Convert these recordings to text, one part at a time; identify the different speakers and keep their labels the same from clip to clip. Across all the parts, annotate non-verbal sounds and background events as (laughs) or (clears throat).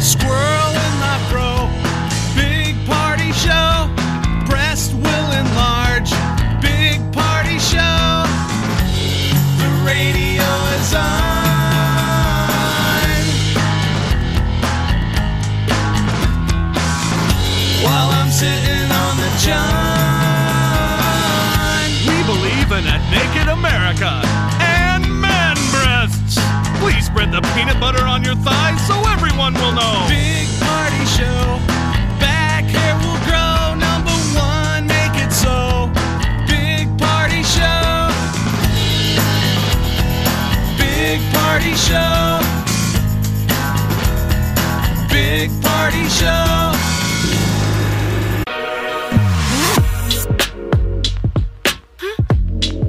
Speaker 1: Squirrel in my bro, big party show. Breast will enlarge, big party show. The radio is on. While I'm sitting on the john. We believe in a naked America and man breasts. Please spread the peanut butter on your thighs so everyone will know. Big party show. Back hair will grow. Number one, make it so. Big party show. Big party show. Big party show.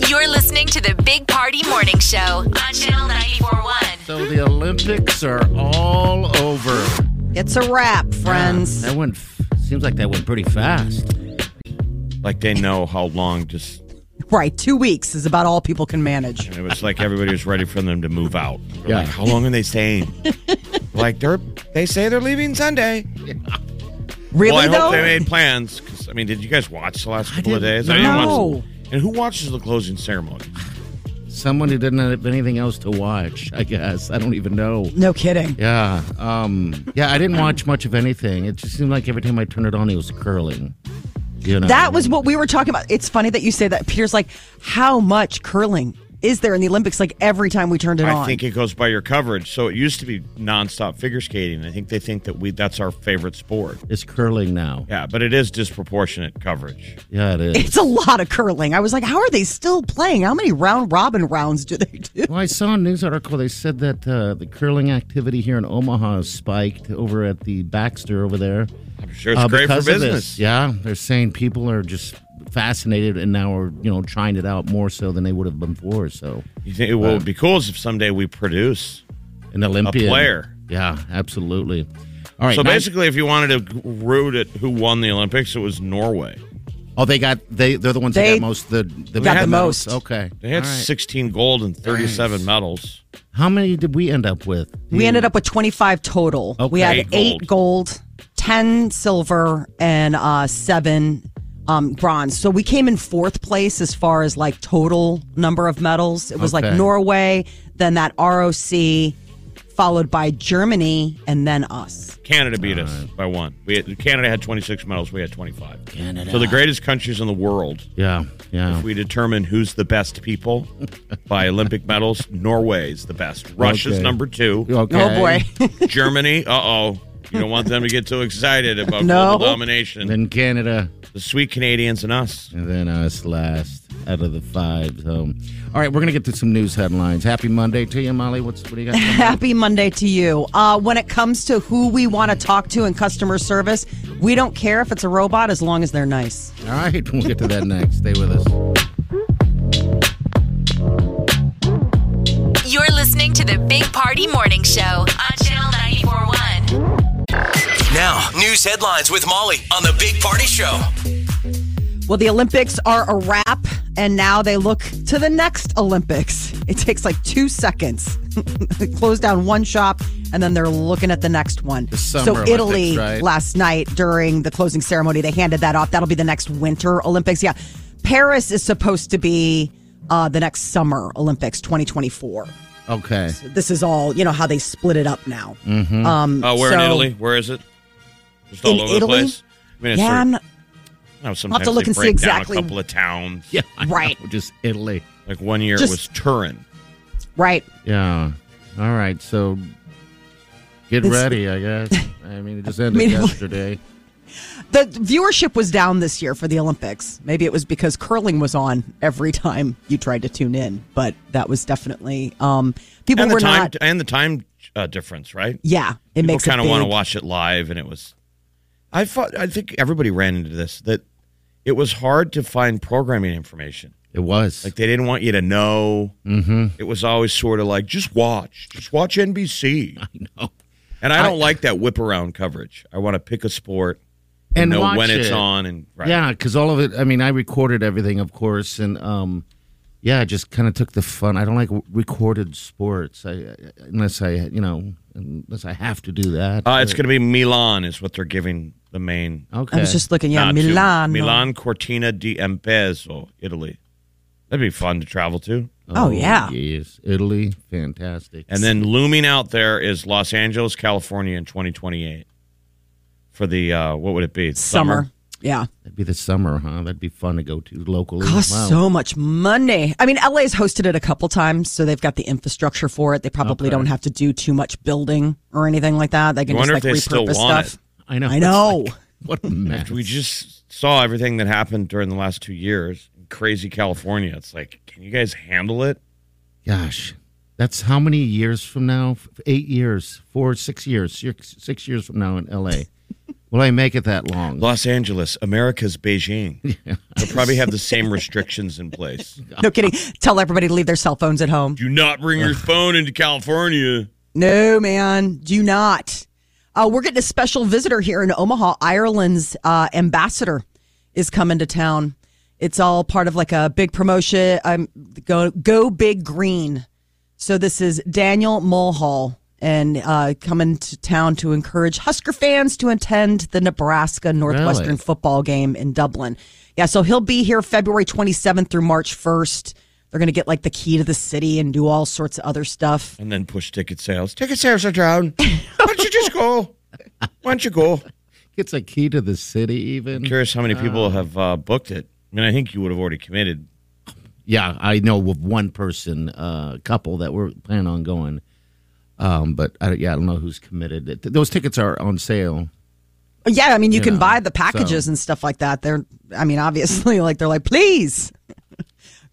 Speaker 2: You're listening to the Big Party Morning Show on Channel 941.
Speaker 3: So the Olympics are all over.
Speaker 4: It's a wrap, friends.
Speaker 3: That went. f- Seems like that went pretty fast.
Speaker 5: Like they know how long. Just
Speaker 4: Right, two weeks is about all people can manage.
Speaker 5: it was like everybody was ready for them to move out. They're
Speaker 3: Yeah.
Speaker 5: Like, how long are
Speaker 4: (laughs)
Speaker 5: they staying? like they're they say they're leaving Sunday.
Speaker 4: Really
Speaker 5: well, I
Speaker 4: though?
Speaker 5: hope they made plans. 'cause, I mean, did you guys watch the last couple of days? I
Speaker 4: no.
Speaker 5: watch- And who watches the closing ceremony?
Speaker 3: Someone who didn't have anything else to watch. I guess I don't even know.
Speaker 4: no kidding.
Speaker 3: Yeah. Um. Yeah. I didn't watch much of anything. It just seemed like every time I turned it on, he was curling. You know.
Speaker 4: That was what we were talking about. It's funny that you say that. Peter's like, how much curling is there in the Olympics? Like every time we turned it
Speaker 5: I
Speaker 4: on.
Speaker 5: think it goes by your coverage. So it used to be nonstop figure skating. I think they think that we that's our favorite sport.
Speaker 3: It's curling now.
Speaker 5: Yeah, but it is disproportionate coverage.
Speaker 3: Yeah, it
Speaker 4: (laughs)
Speaker 3: is.
Speaker 4: it's a lot of curling. I was like, how are they still playing? How many round robin rounds do they do?
Speaker 3: Well, I saw a news article. They said that uh, the curling activity here in Omaha has spiked over at the Baxter over there.
Speaker 5: I'm sure it's
Speaker 3: Uh,
Speaker 5: great for
Speaker 3: because of this.
Speaker 5: business.
Speaker 3: Yeah, they're saying people are just fascinated and now are you know trying it out more so than they would have before. So
Speaker 5: You think what would be cool is if someday we produce.
Speaker 3: an Olympian
Speaker 5: player.
Speaker 3: Yeah, absolutely. All right.
Speaker 5: So
Speaker 3: nine-
Speaker 5: basically, if you wanted to root at who won the Olympics, it was Norway.
Speaker 3: oh, they got they they're the ones
Speaker 4: They
Speaker 3: that got most the, the
Speaker 4: got
Speaker 5: the
Speaker 3: medals.
Speaker 4: most.
Speaker 3: Okay.
Speaker 5: They had
Speaker 3: All right.
Speaker 5: 16 gold and 37 medals.
Speaker 3: How many did we end up with?
Speaker 4: We ended up with 25 total. We had
Speaker 5: Okay,
Speaker 4: eight gold, 10 silver, and uh, seven um, bronze. So we came in fourth place as far as like total number of medals. It was
Speaker 3: Okay.
Speaker 4: like Norway, then that ROC, followed by Germany, and then us.
Speaker 5: Canada beat us by one. We had, Canada had 26 medals. We had 25. So the greatest countries in the world.
Speaker 3: Yeah, yeah.
Speaker 5: If we determine who's the
Speaker 4: (laughs)
Speaker 5: best people by Olympic medals, Norway's the best. Russia's
Speaker 3: Okay.
Speaker 5: number two.
Speaker 3: Okay. (laughs)
Speaker 4: Oh boy. (laughs)
Speaker 5: Germany, uh oh. You don't want them to get too excited about
Speaker 4: No.
Speaker 5: global domination.
Speaker 3: then Canada.
Speaker 5: the sweet Canadians and us.
Speaker 3: And then us last out of the five. So, all right, we're gonna get to some news headlines. Happy Monday to you, Molly. What's what do you got?
Speaker 4: (laughs)
Speaker 3: coming up?
Speaker 4: Happy Monday to you. Uh, when it comes to who we want to talk to in customer service, we don't care if it's a robot as long as they're nice.
Speaker 3: all right, we'll get to that next. Stay with us.
Speaker 2: You're listening to the Big Party Morning Show on Channel 941.
Speaker 1: Now, news headlines with Molly on the Big Party Show.
Speaker 4: Well, the Olympics are a wrap, and now they look to the next Olympics. It takes like two seconds. (laughs) they close down one shop, and then they're looking at the next one.
Speaker 3: Summer
Speaker 4: so,
Speaker 3: Olympics,
Speaker 4: Italy
Speaker 3: right?
Speaker 4: last night during the closing ceremony, they handed that off. That'll be the next Winter Olympics. Yeah. Paris is supposed to be uh, the next Summer Olympics 2024.
Speaker 3: Okay.
Speaker 4: This is all, you know, how they split it up now.
Speaker 3: Mm-hmm.
Speaker 4: Um,
Speaker 5: Oh, where in
Speaker 4: so-
Speaker 5: Italy? Where is it? Just
Speaker 4: In
Speaker 5: all over the
Speaker 4: Italy?
Speaker 5: place. I mean, it's
Speaker 4: Yeah,
Speaker 5: sort of-
Speaker 4: I'm not-
Speaker 5: I know sometimes
Speaker 4: have to look
Speaker 5: they
Speaker 4: and see
Speaker 5: break
Speaker 4: exactly-
Speaker 5: down a couple of towns.
Speaker 3: (laughs) Yeah. I
Speaker 4: Right.
Speaker 3: know, just Italy.
Speaker 5: Like one year
Speaker 4: Just-
Speaker 5: it was Turin.
Speaker 4: right.
Speaker 3: Yeah. All right. So get
Speaker 4: It's-
Speaker 3: ready, I guess. I mean, it just
Speaker 4: (laughs) I
Speaker 3: ended
Speaker 4: mean,
Speaker 3: yesterday.
Speaker 4: The viewership was down this year for the Olympics. Maybe it was because curling was on every time you tried to tune in, but that was definitely um, people
Speaker 5: and the
Speaker 4: were
Speaker 5: time
Speaker 4: not.
Speaker 5: and the time uh, difference, right?
Speaker 4: Yeah, it
Speaker 5: People
Speaker 4: makes
Speaker 5: kind of want to
Speaker 4: watch.
Speaker 5: watch it live, and it was. I thought I think everybody ran into this that it was hard to find programming information.
Speaker 3: It was.
Speaker 5: Like they didn't want you to know. Mm-hmm. It was always sort of like just watch, just
Speaker 4: (laughs)
Speaker 5: watch NBC. I know, and I don't like that whip around coverage. I want to pick a sport and,
Speaker 3: And
Speaker 5: know
Speaker 3: watch
Speaker 5: when it's
Speaker 3: it.
Speaker 5: on and right.
Speaker 3: Yeah, because all of it. I mean, I recorded everything, of course, and um, yeah, I just kind of took the fun. I don't like w- recorded sports, I, I- unless I, you know, unless I have to do that.
Speaker 5: Uh, it's going to be Milan is what they're giving the main.
Speaker 3: okay.
Speaker 4: I was just looking. Yeah,
Speaker 5: nod to.
Speaker 4: Milan.
Speaker 5: uh, Milan Cortina di Ampezzo, Italy. That'd be fun to travel to.
Speaker 4: Oh, yeah.
Speaker 3: yes, Italy, fantastic.
Speaker 5: And then looming out there is Los Angeles, California in 2028 for the uh, what would it be?
Speaker 4: summer. Yeah,
Speaker 3: That'd be the summer, huh? That'd be fun to go to locally.
Speaker 4: costs
Speaker 3: Wow.
Speaker 4: so much money. I mean, LA's hosted it a couple times, so they've got the infrastructure for it. They probably don't have to do too much building or anything like that. They can just
Speaker 5: I wonder
Speaker 4: like
Speaker 5: if they
Speaker 4: repurpose
Speaker 5: still want
Speaker 4: stuff.
Speaker 3: I know. (laughs)
Speaker 4: I
Speaker 3: It's
Speaker 4: know.
Speaker 3: like, what a mess.
Speaker 4: (laughs)
Speaker 5: We just saw everything that happened during the last two years. in Crazy California. It's like, can you guys handle it?
Speaker 3: Gosh, that's how many years from now? F- Eight years, four, six years, six, six years from now in
Speaker 4: (laughs)
Speaker 3: L.A. Will I make it that long?
Speaker 5: Los Angeles, America's Beijing. They'll probably have the same restrictions in place.
Speaker 4: No kidding. Tell everybody to leave their cell phones at home.
Speaker 5: Do not bring your phone into California.
Speaker 4: No, man, do not. Uh, we're getting a special visitor here in Omaha. Ireland's uh, ambassador is coming to town. It's all part of like a big promotion. Um, go go big green. So this is Daniel Mulhall and uh, coming to town to encourage Husker fans to attend the Nebraska Northwestern
Speaker 3: Really?
Speaker 4: football game in Dublin. Yeah, so he'll be here February 27th through March 1st. They're going to get like the key to the city and do all sorts of other stuff.
Speaker 5: And then push ticket sales. Ticket sales are (laughs) down. Why don't you just go? Why don't you go?
Speaker 3: It's a key to the city, even.
Speaker 5: Curious how many people have uh, booked it. I mean, I think you would have already committed.
Speaker 3: Yeah, I know of one person, uh, couple that were planning on going, um, but I, don't- yeah, I don't know who's committed. Th- Those tickets are on sale.
Speaker 4: Yeah, I mean, you, can
Speaker 3: know,
Speaker 4: buy the packages and stuff like that. They're, I mean, obviously, (laughs) like they're like, please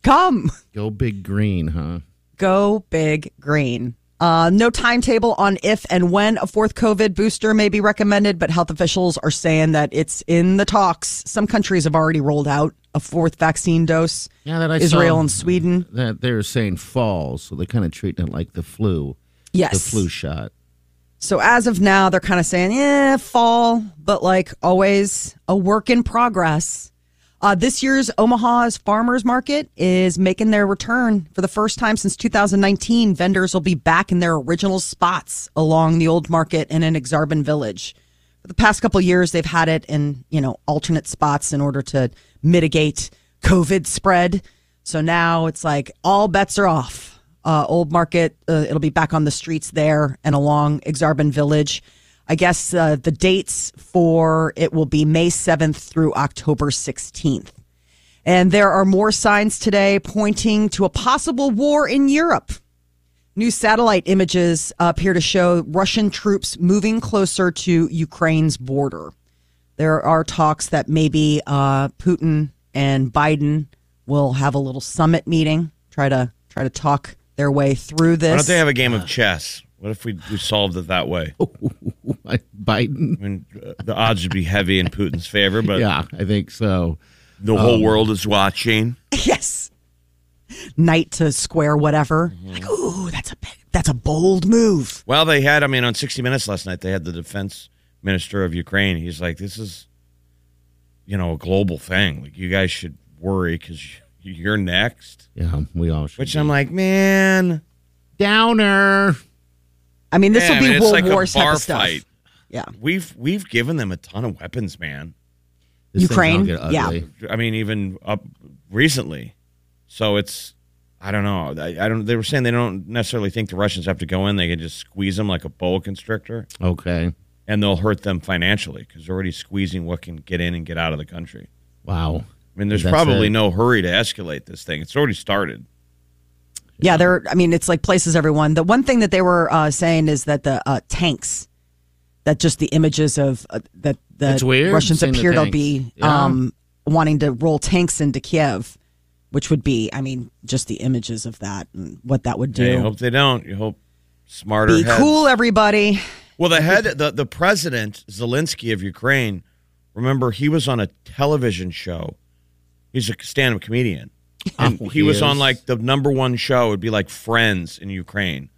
Speaker 4: come,
Speaker 3: Go big green, huh?
Speaker 4: go big green. Uh, no timetable on if and when a fourth COVID booster may be recommended, but health officials are saying that it's in the talks. Some countries have already rolled out a fourth vaccine dose.
Speaker 3: Yeah, that I
Speaker 4: Israel
Speaker 3: saw.
Speaker 4: and Sweden.
Speaker 3: That they're saying fall, so they're kind of treating it like the flu,
Speaker 4: Yes,
Speaker 3: the flu shot.
Speaker 4: So as of now, they're kind of saying, eh, fall, but like always, a work in progress. Uh, this year's Omaha's Farmers Market is making their return for the first time since 2019. Vendors will be back in their original spots along the old market and in Exarban Village. For the past couple years, they've had it in you know alternate spots in order to mitigate COVID spread. So now it's like all bets are off. Uh, old Market, uh, it'll be back on the streets there and along Exarban Village. I guess uh, the dates for it will be May 7th through October 16th. And there are more signs today pointing to a possible war in Europe. New satellite images appear to show Russian troops moving closer to Ukraine's border. There are talks that maybe uh, Putin and Biden will have a little summit meeting, try to try to talk their way through
Speaker 5: Why don't
Speaker 4: this.
Speaker 5: they have a game of chess? What if we, we solved it that way?
Speaker 3: Biden.
Speaker 5: I mean, uh, the odds would be heavy in Putin's favor, but
Speaker 3: Yeah, I think so.
Speaker 5: the whole world is watching.
Speaker 4: yes. Knight to square whatever.
Speaker 5: Mm-hmm.
Speaker 4: Like, ooh, that's a big, that's a bold move.
Speaker 5: Well, they had, I mean, on 60 Minutes last night, they had the defense minister of Ukraine. He's like, this is, you know, a global thing. Like, you guys should worry because you're next.
Speaker 3: Yeah, we all should.
Speaker 5: Which I'm like, man.
Speaker 3: downer.
Speaker 4: I mean, this
Speaker 5: Yeah,
Speaker 4: will
Speaker 5: I
Speaker 4: be
Speaker 5: mean, it's
Speaker 4: World
Speaker 5: like a
Speaker 4: War type
Speaker 5: bar
Speaker 4: of stuff.
Speaker 5: fight.
Speaker 4: Yeah.
Speaker 5: We've we've given them a ton of weapons, man.
Speaker 3: This thing's
Speaker 4: Ukraine?
Speaker 3: gonna get ugly.
Speaker 4: Yeah.
Speaker 5: I mean, even up recently. So it's, I don't know. I, I don't. They were saying they don't necessarily think the Russians have to go in. They can just squeeze them like a boa constrictor,
Speaker 3: Okay.
Speaker 5: and they'll hurt them financially because they're already squeezing what can get in and get out of the country.
Speaker 3: Wow.
Speaker 5: I mean, there's
Speaker 3: That's
Speaker 5: probably
Speaker 3: it.
Speaker 5: no hurry to escalate this thing. It's already started.
Speaker 4: Yeah, they're. I mean, it's like places everyone. The one thing that they were uh, saying is that the uh, tanks that just the images of uh, that the
Speaker 3: It's weird
Speaker 4: Russians
Speaker 3: seeing the
Speaker 4: appear to
Speaker 3: tanks.
Speaker 4: be
Speaker 3: Yeah.
Speaker 4: um, wanting to roll tanks into Kiev, which would be, I mean, just the images of that and what that would do.
Speaker 5: Yeah, you hope they don't. You hope smarter.
Speaker 4: be
Speaker 5: heads.
Speaker 4: cool, everybody. (laughs)
Speaker 5: Well, the head, the, the president Zelensky of Ukraine, remember he was on a television show. He's a stand-up comedian. (laughs) And
Speaker 3: Oh,
Speaker 5: he was
Speaker 3: is.
Speaker 5: on like the number one show. It'd be like Friends in Ukraine,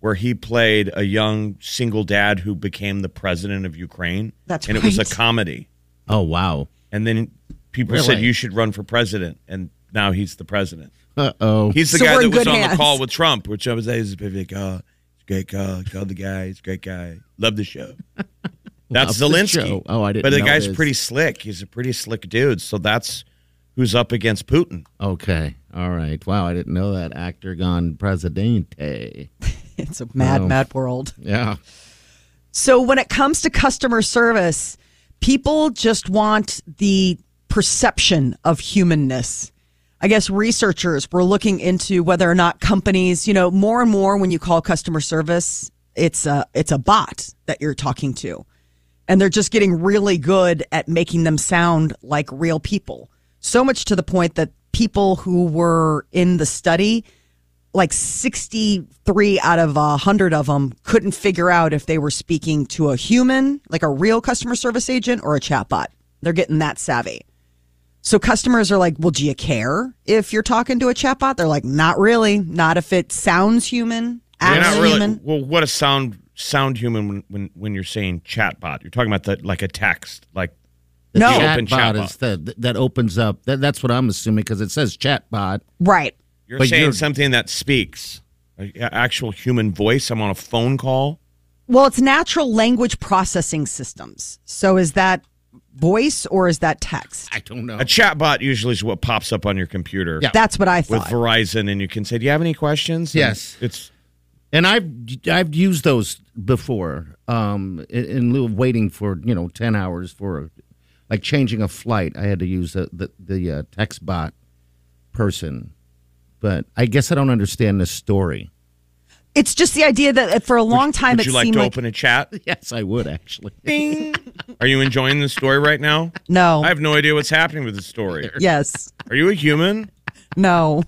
Speaker 5: where he played a young single dad who became the president of Ukraine.
Speaker 4: That's
Speaker 5: and it was a
Speaker 4: right.
Speaker 5: comedy.
Speaker 3: Oh wow.
Speaker 5: And then people said
Speaker 3: Really?
Speaker 5: you should run for president, and now he's the president.
Speaker 3: Uh oh.
Speaker 5: He's the
Speaker 4: So
Speaker 5: guy
Speaker 4: we're
Speaker 5: that
Speaker 4: in
Speaker 5: was
Speaker 4: good
Speaker 5: on the
Speaker 4: hands.
Speaker 5: call with Trump, which I was like, he's a big guy. He's a great guy. Called the guy. He's a great guy. Love
Speaker 3: (laughs)
Speaker 5: the show. That's
Speaker 3: Love the
Speaker 5: Zelensky.
Speaker 3: show. Oh, I didn't
Speaker 5: But the
Speaker 3: know
Speaker 5: guy's
Speaker 3: this.
Speaker 5: pretty slick. He's a pretty slick dude. So that's who's up against Putin.
Speaker 3: Okay. All right. Wow. I didn't know that actor gone presidente.
Speaker 4: It's a mad,
Speaker 3: Wow.
Speaker 4: mad world.
Speaker 3: Yeah.
Speaker 4: So when it comes to customer service, people just want the perception of humanness. I guess researchers were looking into whether or not companies, you know, more and more when you call customer service, it's a it's a bot that you're talking to. And they're just getting really good at making them sound like real people. So much to the point that people who were in the study like 63 out of 100 of them couldn't figure out if they were speaking to a human, like a real customer service agent or a chatbot. They're getting that savvy. So customers are like, well, do you care if you're talking to a chatbot? They're like, not really. Not if it sounds human,
Speaker 5: You're
Speaker 4: acts
Speaker 5: not really.
Speaker 4: human.
Speaker 5: Well, what a sound sound human when, when when you're saying chatbot. You're talking about the, like a text, like
Speaker 4: No.
Speaker 5: the
Speaker 3: Chatbot
Speaker 5: open chatbot.
Speaker 3: is the, that opens up. That, that's what I'm assuming because it says chatbot.
Speaker 4: Right.
Speaker 5: You're
Speaker 3: But
Speaker 5: saying
Speaker 3: you're-
Speaker 5: something that speaks, a, a actual human voice. I'm on a phone call.
Speaker 4: Well, it's natural language processing systems. So is that voice or is that text?
Speaker 3: I don't know.
Speaker 5: A chatbot usually is what pops up on your computer.
Speaker 3: Oh. Yeah.
Speaker 4: That's what I
Speaker 5: with
Speaker 4: thought.
Speaker 5: Verizon, and you can say, "Do you have any questions?" And
Speaker 3: Yes.
Speaker 5: it's
Speaker 3: And I've I've used those before um, in, in lieu of waiting for you know ten hours for like changing a flight. I had to use the the, the uh, text bot person, but I guess I don't understand this story. (laughs)
Speaker 4: it's just the idea that uh, for a long time
Speaker 5: would
Speaker 4: it
Speaker 5: you like
Speaker 4: seemed
Speaker 5: to
Speaker 4: like
Speaker 5: open a chat?
Speaker 3: Yes, I would
Speaker 4: (laughs)
Speaker 3: actually.
Speaker 5: Are you enjoying the story right now?
Speaker 4: no.
Speaker 5: I have no idea what's happening with the story.
Speaker 4: yes.
Speaker 5: Are you a human?
Speaker 4: No.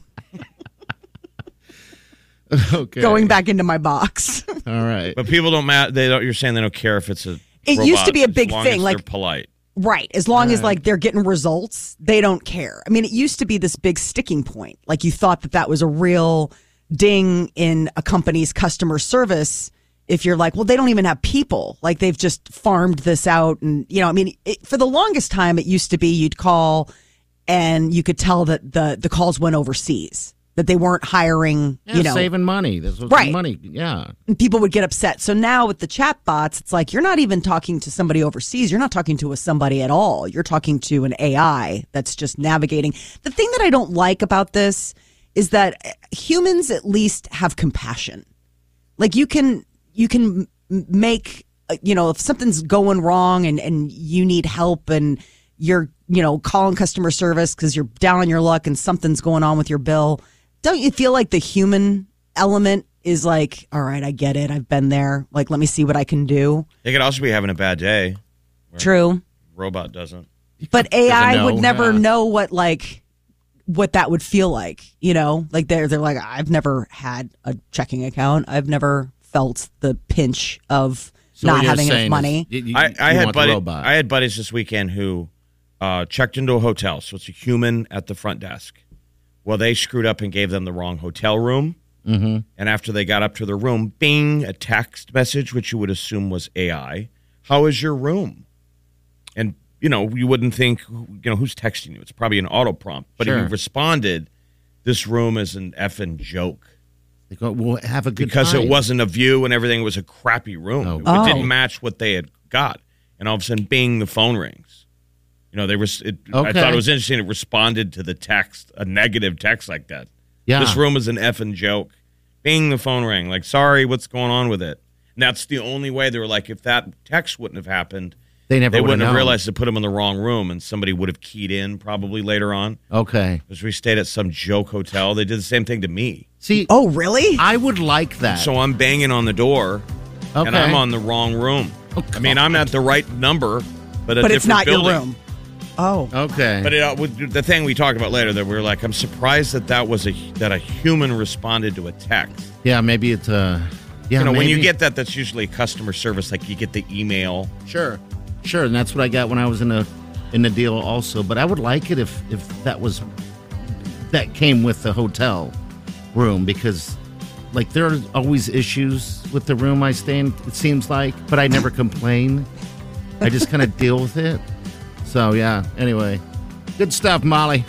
Speaker 3: okay,
Speaker 4: going back into my box.
Speaker 3: (laughs)
Speaker 4: (laughs)
Speaker 3: All right.
Speaker 5: But people don't matter. They don't. You're saying they don't care if it's a.
Speaker 4: It
Speaker 5: robot,
Speaker 4: used to be a
Speaker 5: as
Speaker 4: big
Speaker 5: long
Speaker 4: thing,
Speaker 5: as
Speaker 4: like-
Speaker 5: they're polite.
Speaker 4: right. As long as like they're getting results, they don't care. I mean, it used to be this big sticking point. Like you thought that that was a real ding in a company's customer service. If you're like, well, they don't even have people. Like they've just farmed this out. And, you know, I mean, it, for the longest time, it used to be you'd call and you could tell that the, the calls went overseas, that they weren't hiring,
Speaker 3: Yeah,
Speaker 4: you know,
Speaker 3: saving money. That's what
Speaker 4: Right.
Speaker 3: money. Yeah.
Speaker 4: and people would get upset. So now with the chat bots, it's like you're not even talking to somebody overseas. You're not talking to a somebody at all. You're talking to an AI that's just navigating. The thing that I don't like about this is that uh, humans at least have compassion. Like you can you can m- make uh, you know if something's going wrong and and you need help and you're you know calling customer service cuz you're down on your luck and something's going on with your bill. Don't you feel like the human element is like, all right, I get it. I've been there. Like, let me see what I can do.
Speaker 5: They could also be having a bad day.
Speaker 4: True.
Speaker 5: Robot doesn't.
Speaker 4: But AI
Speaker 3: know,
Speaker 4: would never
Speaker 3: yeah.
Speaker 4: know what like what that would feel like, you know? Like they're they're like, I've never had a checking account. I've never felt the pinch of
Speaker 3: So what
Speaker 4: not
Speaker 3: you're
Speaker 4: having
Speaker 3: saying
Speaker 4: enough
Speaker 3: is
Speaker 4: money.
Speaker 3: you- you-
Speaker 5: I, I
Speaker 3: you
Speaker 5: had
Speaker 3: want the
Speaker 5: buddy,
Speaker 3: robot.
Speaker 5: I had buddies this weekend who uh, checked into a hotel, so it's a human at the front desk. Well, they screwed up and gave them the wrong hotel room. Mm-hmm. And after they got up to their room, bing, a text message, which you would assume was AI. How is your room? And you know, you wouldn't think, you know, who's texting you? It's probably an auto prompt. But if
Speaker 3: Sure.
Speaker 5: you responded, "This room is an effing joke."
Speaker 3: They go, well, have a good
Speaker 5: because
Speaker 3: time."
Speaker 5: it wasn't a view and everything. It was a crappy room.
Speaker 3: Oh,
Speaker 5: it
Speaker 3: Oh.
Speaker 5: didn't match what they had got. And all of a sudden, bing, the phone rings. You know, they were. It, I
Speaker 3: Okay.
Speaker 5: thought it was interesting. It responded to the text, a negative text like that.
Speaker 3: Yeah.
Speaker 5: This room is an effing joke. Bing, the phone rang. Like, sorry, what's going on with it? And that's the only way they were like, if that text wouldn't have happened,
Speaker 3: They never
Speaker 5: they
Speaker 3: would've
Speaker 5: wouldn't have
Speaker 3: known.
Speaker 5: realized to put them in the wrong room, and somebody would have keyed in probably later on.
Speaker 3: Okay.
Speaker 5: Because we stayed at some joke hotel, they did the same thing to me.
Speaker 3: See,
Speaker 4: Oh, really?
Speaker 3: I would like that.
Speaker 5: So I'm banging on the door
Speaker 3: okay. Oh,
Speaker 5: and I'm on the wrong room. I mean, I'm at the right number, but a
Speaker 4: but it's
Speaker 5: different
Speaker 4: not
Speaker 5: building.
Speaker 4: your room. Oh,
Speaker 3: Okay.
Speaker 5: But it, uh, with the thing we talked about later that we were like, I'm surprised that that was a that a human responded to a text.
Speaker 3: yeah, maybe it's uh yeah,
Speaker 5: You know, when you
Speaker 3: maybe.
Speaker 5: get that, that's usually customer service. Like you get the email.
Speaker 3: Sure. Sure, and that's what I got when I was in a in the deal also. But I would like it if if that was that came with the hotel room because like there are always issues with the room I stay in, it seems like, but I never complain. I just
Speaker 5: (laughs)
Speaker 3: kind of deal with it. So yeah, anyway. Good stuff, Molly.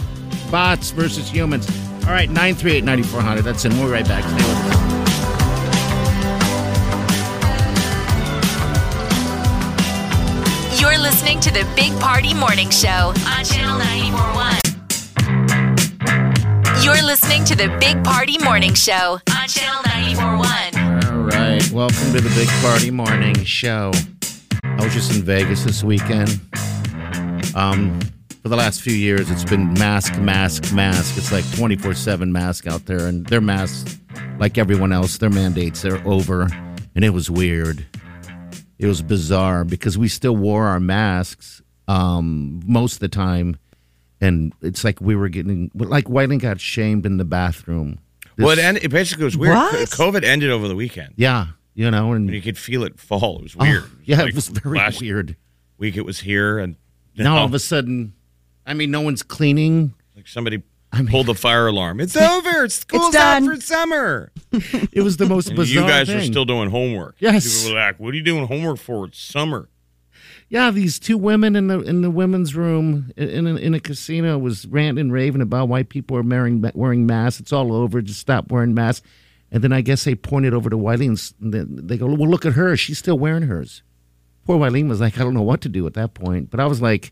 Speaker 3: Bots versus humans. All right, 938 9400. That's in. We'll be right back. Stay with us.
Speaker 2: You're listening to the Big Party Morning Show on Channel 941. You're listening to the Big Party Morning Show on Channel 941.
Speaker 3: All right. Welcome to the Big Party Morning Show. I was just in Vegas this weekend. Um, for the last few years, it's been mask, mask, mask. It's like 24 7 mask out there, and their masks, like everyone else, their mandates are over. And it was weird. It was bizarre because we still wore our masks um, most of the time. And it's like we were getting, like, Whiting got shamed in the bathroom.
Speaker 5: Well, it, ended, it basically was weird.
Speaker 4: What?
Speaker 5: COVID ended over the weekend.
Speaker 3: Yeah. You know, and
Speaker 5: I mean, you could feel it fall. It was
Speaker 3: Oh,
Speaker 5: weird.
Speaker 3: yeah,
Speaker 5: Like,
Speaker 3: it was very
Speaker 5: last
Speaker 3: weird.
Speaker 5: Week it was here, and
Speaker 3: Now all of a sudden, I mean, no one's cleaning.
Speaker 5: like somebody pulled the fire
Speaker 3: (laughs)
Speaker 5: alarm. It's over. School's out
Speaker 4: done.
Speaker 5: for summer.
Speaker 3: It was the most
Speaker 5: (laughs) And
Speaker 3: bizarre.
Speaker 5: you guys
Speaker 3: thing.
Speaker 5: were still doing homework.
Speaker 3: Yes.
Speaker 5: People were like, "What are you doing homework for? It's summer."
Speaker 3: Yeah, these two women in the in the women's room in in a, in a casino was ranting and raving about why people are wearing wearing masks. It's all over. Just stop wearing masks. And then I guess they pointed over to Wileen. and s- and then They go, "Well, look at her. She's still wearing hers." Poor Wileen was like, "I don't know what to do at that point." But I was like,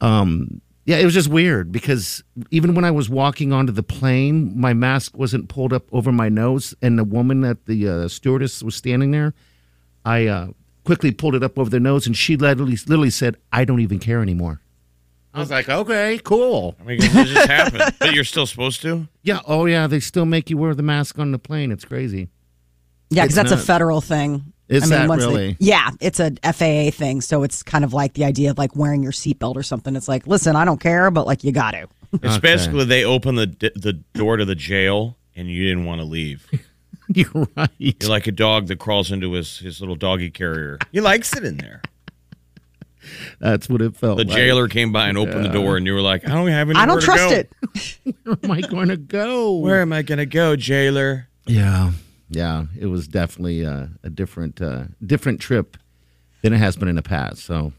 Speaker 3: um, "Yeah, it was just weird because even when I was walking onto the plane, my mask wasn't pulled up over my nose, and the woman at the uh, stewardess was standing there." I uh, quickly pulled it up over their nose, and she literally, literally said, "I don't even care anymore." I was like, "Okay, cool."
Speaker 5: I mean, it just happened. But you're still supposed to.
Speaker 3: Yeah. Oh yeah, they still make you wear the mask on the plane. It's crazy. (laughs)
Speaker 4: yeah, because that's a
Speaker 3: not-
Speaker 4: federal thing.
Speaker 3: Is that
Speaker 4: they-
Speaker 3: really?
Speaker 4: yeah, it's a FAA thing. So it's kind of like the idea of like wearing your seatbelt or something. It's like, listen, I don't care, but like you got to.
Speaker 5: It's
Speaker 3: Okay.
Speaker 5: basically they open the d- the door to the jail, and you didn't want to leave.
Speaker 3: You're right.
Speaker 5: You're like a dog that crawls into his his little doggy carrier. He likes it in there.
Speaker 3: That's what it felt.
Speaker 5: The
Speaker 3: like.
Speaker 5: jailer came by and opened the door, and you were like, "I don't have any."
Speaker 4: I don't trust it.
Speaker 3: (laughs) Where am I going to go?
Speaker 5: Where am I gonna go, jailer?
Speaker 3: Yeah. Yeah. It was definitely uh, a different, uh, different trip than it has been in the past. So,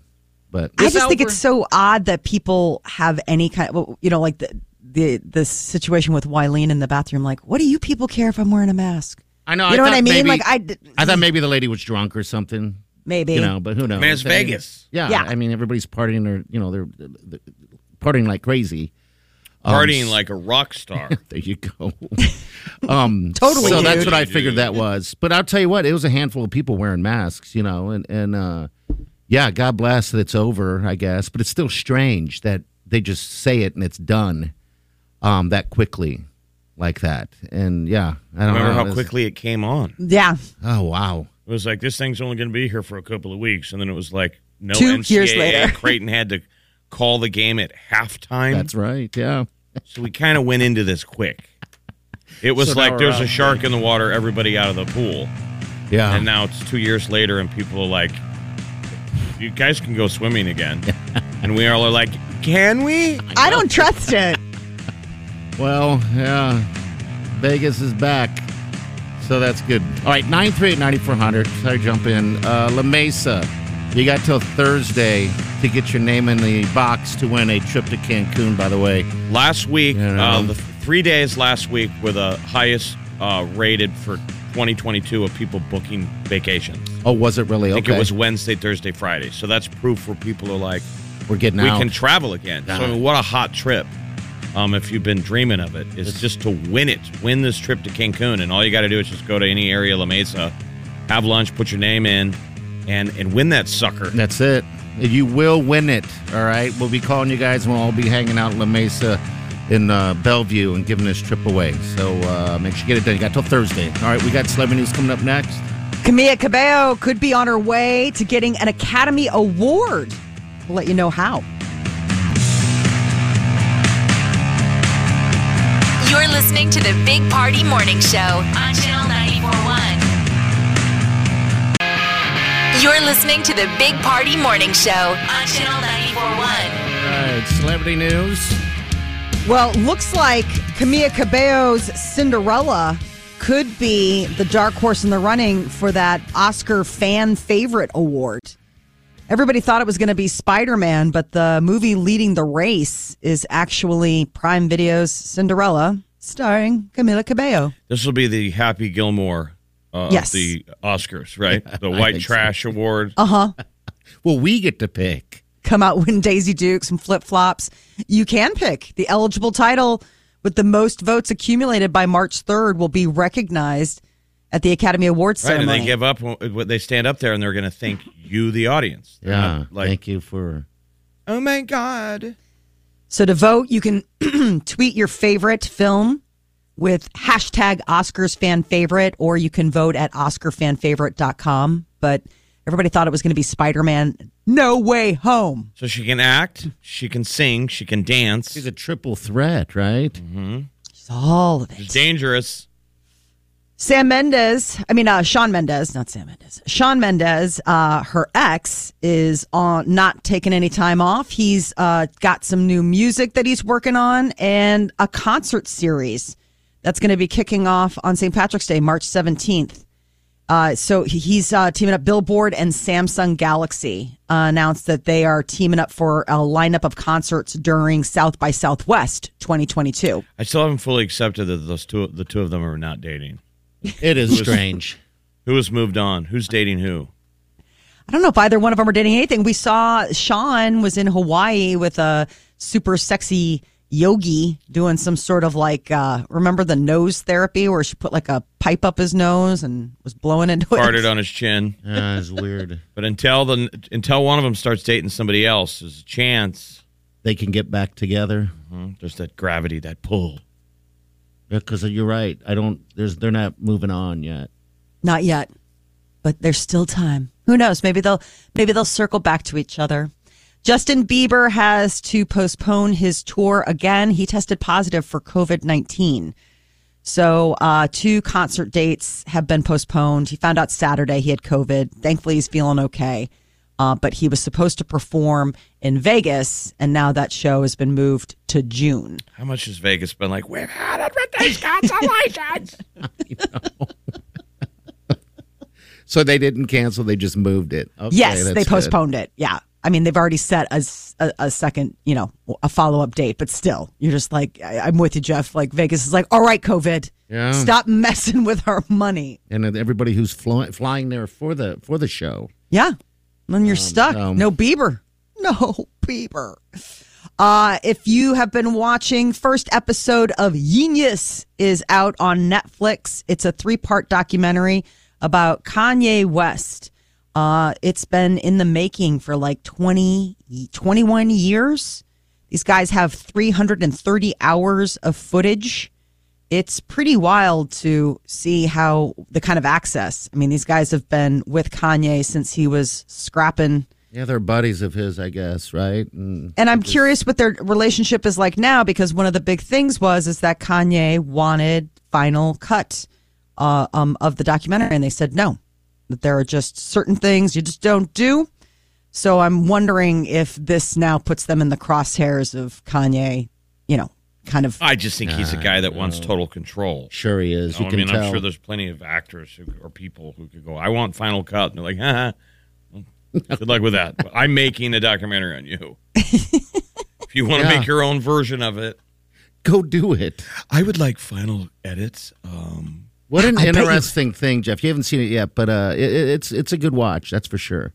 Speaker 3: but
Speaker 4: I just think it's so odd that people have any kind of, you know, like the the the situation with Wileen in the bathroom. Like, what do you people care if I'm wearing a mask?
Speaker 3: I know.
Speaker 4: You know what
Speaker 3: thought
Speaker 4: I mean?
Speaker 3: maybe-
Speaker 4: like, I d-
Speaker 3: I thought maybe the lady was drunk or something.
Speaker 4: maybe.
Speaker 3: you know, but who knows?
Speaker 5: Man, it's
Speaker 3: I mean,
Speaker 5: Vegas.
Speaker 3: yeah,
Speaker 4: Yeah.
Speaker 3: I mean, everybody's partying or you know they're, they're partying like crazy. (laughs) Um,
Speaker 5: Partying like a rock star.
Speaker 3: there you
Speaker 4: (laughs)
Speaker 3: go. um,
Speaker 4: Totally,
Speaker 3: So that's
Speaker 5: dude.
Speaker 3: what I figured that was. But I'll tell you what, it was a handful of people wearing masks, you know, and and uh, yeah, God bless that it's over, I guess. But it's still strange that they just say it and it's done um, that quickly, like that. And yeah, I don't
Speaker 5: Remember
Speaker 3: know,
Speaker 5: how
Speaker 3: it's-
Speaker 5: quickly it came on?
Speaker 4: yeah.
Speaker 3: Oh wow.
Speaker 5: It was like this thing's only going to be here for a couple of weeks, and then it was like no.
Speaker 4: Two
Speaker 5: NCAA.
Speaker 4: years later.
Speaker 5: Creighton had to call the game at halftime.
Speaker 3: That's right. Yeah.
Speaker 5: So we kind of went into this quick. It was
Speaker 3: So now
Speaker 5: like
Speaker 3: we're
Speaker 5: there's
Speaker 3: out.
Speaker 5: a shark in the water, everybody out of the pool.
Speaker 3: Uh-huh. Yeah.
Speaker 5: And now it's two years later, and people are like, you guys can go
Speaker 3: (laughs)
Speaker 5: swimming again. and we all are like, can we?
Speaker 4: I don't trust it.
Speaker 3: Well, yeah. Vegas is back. So that's good. All right, 938 9400. Sorry, jump in. Uh, La Mesa, you got till Thursday to get your name in the box to win a trip to Cancun, by the way.
Speaker 5: Last week,
Speaker 3: You know.
Speaker 5: uh, the three days last week were the highest uh, rated for 2022 of people booking vacations.
Speaker 3: Oh, was it really?
Speaker 5: I
Speaker 3: Okay.
Speaker 5: think it was Wednesday, Thursday, Friday. So that's proof where people are like,
Speaker 3: We're getting
Speaker 5: we
Speaker 3: out.
Speaker 5: can travel again. So I mean, what a hot trip. Um, if you've been dreaming of it, is just to win it, win this trip to Cancun, and all you got to do is just go to any area La Mesa, have lunch, put your name in, and and win that sucker.
Speaker 3: That's it. You will win it. All right. We'll be calling you guys. We'll all be hanging out in La Mesa in uh, Bellevue and giving this trip away. So uh, make sure you get it done. You got till Thursday. All right. We got celebrity news coming up next.
Speaker 4: Camilla Cabello could be on her way to getting an Academy Award. We'll let you know how.
Speaker 2: You're listening to the Big Party Morning Show on Channel 941. You're listening to the Big Party Morning Show on Channel 941.
Speaker 3: All right, celebrity news.
Speaker 4: Well, looks like Camilla Cabello's Cinderella could be the dark horse in the running for that Oscar fan favorite award. Everybody thought it was going to be Spider Man, but the movie leading the race is actually Prime Video's Cinderella, starring Camila Cabello.
Speaker 5: This will be the Happy Gilmore uh, of
Speaker 4: Yes.
Speaker 5: the Oscars, right? the
Speaker 3: I
Speaker 5: White
Speaker 3: think so.
Speaker 5: Trash Award.
Speaker 3: Well, we get to pick.
Speaker 4: Come out (laughs) when Daisy Dukes and flip flops. You can pick the eligible title with the most votes accumulated by March 3rd will be recognized at the Academy Awards
Speaker 5: Right, and
Speaker 4: ceremony.
Speaker 5: they give up. when They stand up there and they're going to thank you, the audience. They're
Speaker 3: Yeah,
Speaker 5: not like
Speaker 3: thank you for.
Speaker 5: oh my god.
Speaker 4: So to vote, you can (clears throat) tweet your favorite film with hashtag Oscars fan favorite, or you can vote at OscarFanFavorite.com. But everybody thought it was going to be Spider Man No Way Home.
Speaker 5: So she can act, she can sing, she can dance.
Speaker 3: She's a triple threat, right?
Speaker 4: It's all of it.
Speaker 5: She's dangerous.
Speaker 4: Sam Mendes, I mean, uh, Sean Mendes, not Sam Mendes. Sean Mendes, uh, her ex, is on not taking any time off. He's uh, got some new music that he's working on and a concert series that's going to be kicking off on St. Patrick's Day, March 17th. Uh, so he- he's uh, teaming up. Billboard and Samsung Galaxy uh, announced that they are teaming up for a lineup of concerts during South by Southwest 2022.
Speaker 5: I still haven't fully accepted that those two, the two of them, are not dating.
Speaker 3: It is strange.
Speaker 5: Who has moved on? Who's dating who?
Speaker 4: I don't know if either one of them are dating anything. We saw Sean was in Hawaii with a super sexy yogi doing some sort of like uh remember the nose therapy where she put like a pipe up his nose and was blowing into
Speaker 5: Farted
Speaker 4: it.
Speaker 5: on his chin.
Speaker 3: (laughs) Yeah, it's weird.
Speaker 5: But until the until one of them starts dating somebody else, there's a chance. hmm,
Speaker 3: They can get back together
Speaker 5: There's that gravity, that pull.
Speaker 3: because you're right. I don't. There's. They're not moving on yet.
Speaker 4: Not yet. But there's still time. Who knows? Maybe they'll maybe they'll circle back to each other. Justin Bieber has to postpone his tour again. He tested positive for COVID nineteen. So uh, two concert dates have been postponed. He found out Saturday he had COVID. Thankfully, he's feeling okay. Uh, but he was supposed to perform in Vegas, and now that show has been moved to June.
Speaker 5: How much has Vegas been like? We've had it with these
Speaker 3: So they didn't cancel. They just moved it. Okay,
Speaker 4: Yes,
Speaker 3: that's
Speaker 4: they
Speaker 3: good.
Speaker 4: postponed it. Yeah. I mean, they've already set a, s- a- a second, you know, a follow up date, but still, you're just like, I, I'm with you, Jeff. Like, Vegas is like, all right, COVID,
Speaker 3: Yeah.
Speaker 4: stop messing (laughs) with our money.
Speaker 3: And then everybody who's fly, flying there for the for the show.
Speaker 4: Yeah. And then you're stuck.
Speaker 3: um,
Speaker 4: no Bieber. (laughs) No Bieber. Uh, if you have been watching, first episode of Genius is out on Netflix. It's a three part documentary about Kanye West. Uh, it's been in the making for like 20, 21 years. These guys have 330 hours of footage it's pretty wild to see how the kind of access. I mean, these guys have been with Kanye since he was scrapping.
Speaker 3: Yeah, they're buddies of his, I guess, right? And
Speaker 4: And I'm curious what their relationship is like now because one of the big things was is that Kanye wanted final cut uh, um, of the documentary, and they said no. That there are just certain things you just don't do. So I'm wondering if this now puts them in the crosshairs of Kanye. You know, kind of
Speaker 5: I just think he's a guy that wants total control.
Speaker 3: sure he is.
Speaker 5: No,
Speaker 3: you
Speaker 5: I
Speaker 3: can
Speaker 5: mean,
Speaker 3: tell.
Speaker 5: I'm sure there's plenty of actors who, or people who could go, I want Final Cut. And they're like, ha ha. Good luck with that. But I'm making a documentary on you. if you want to
Speaker 3: Yeah.
Speaker 5: make your own version of it,
Speaker 3: Go do it.
Speaker 5: I would like final edits. Um,
Speaker 3: What an
Speaker 4: I bet you-
Speaker 3: interesting thing, Jeff. You haven't seen it yet, but uh, it, it- it's it's a good watch, that's for sure.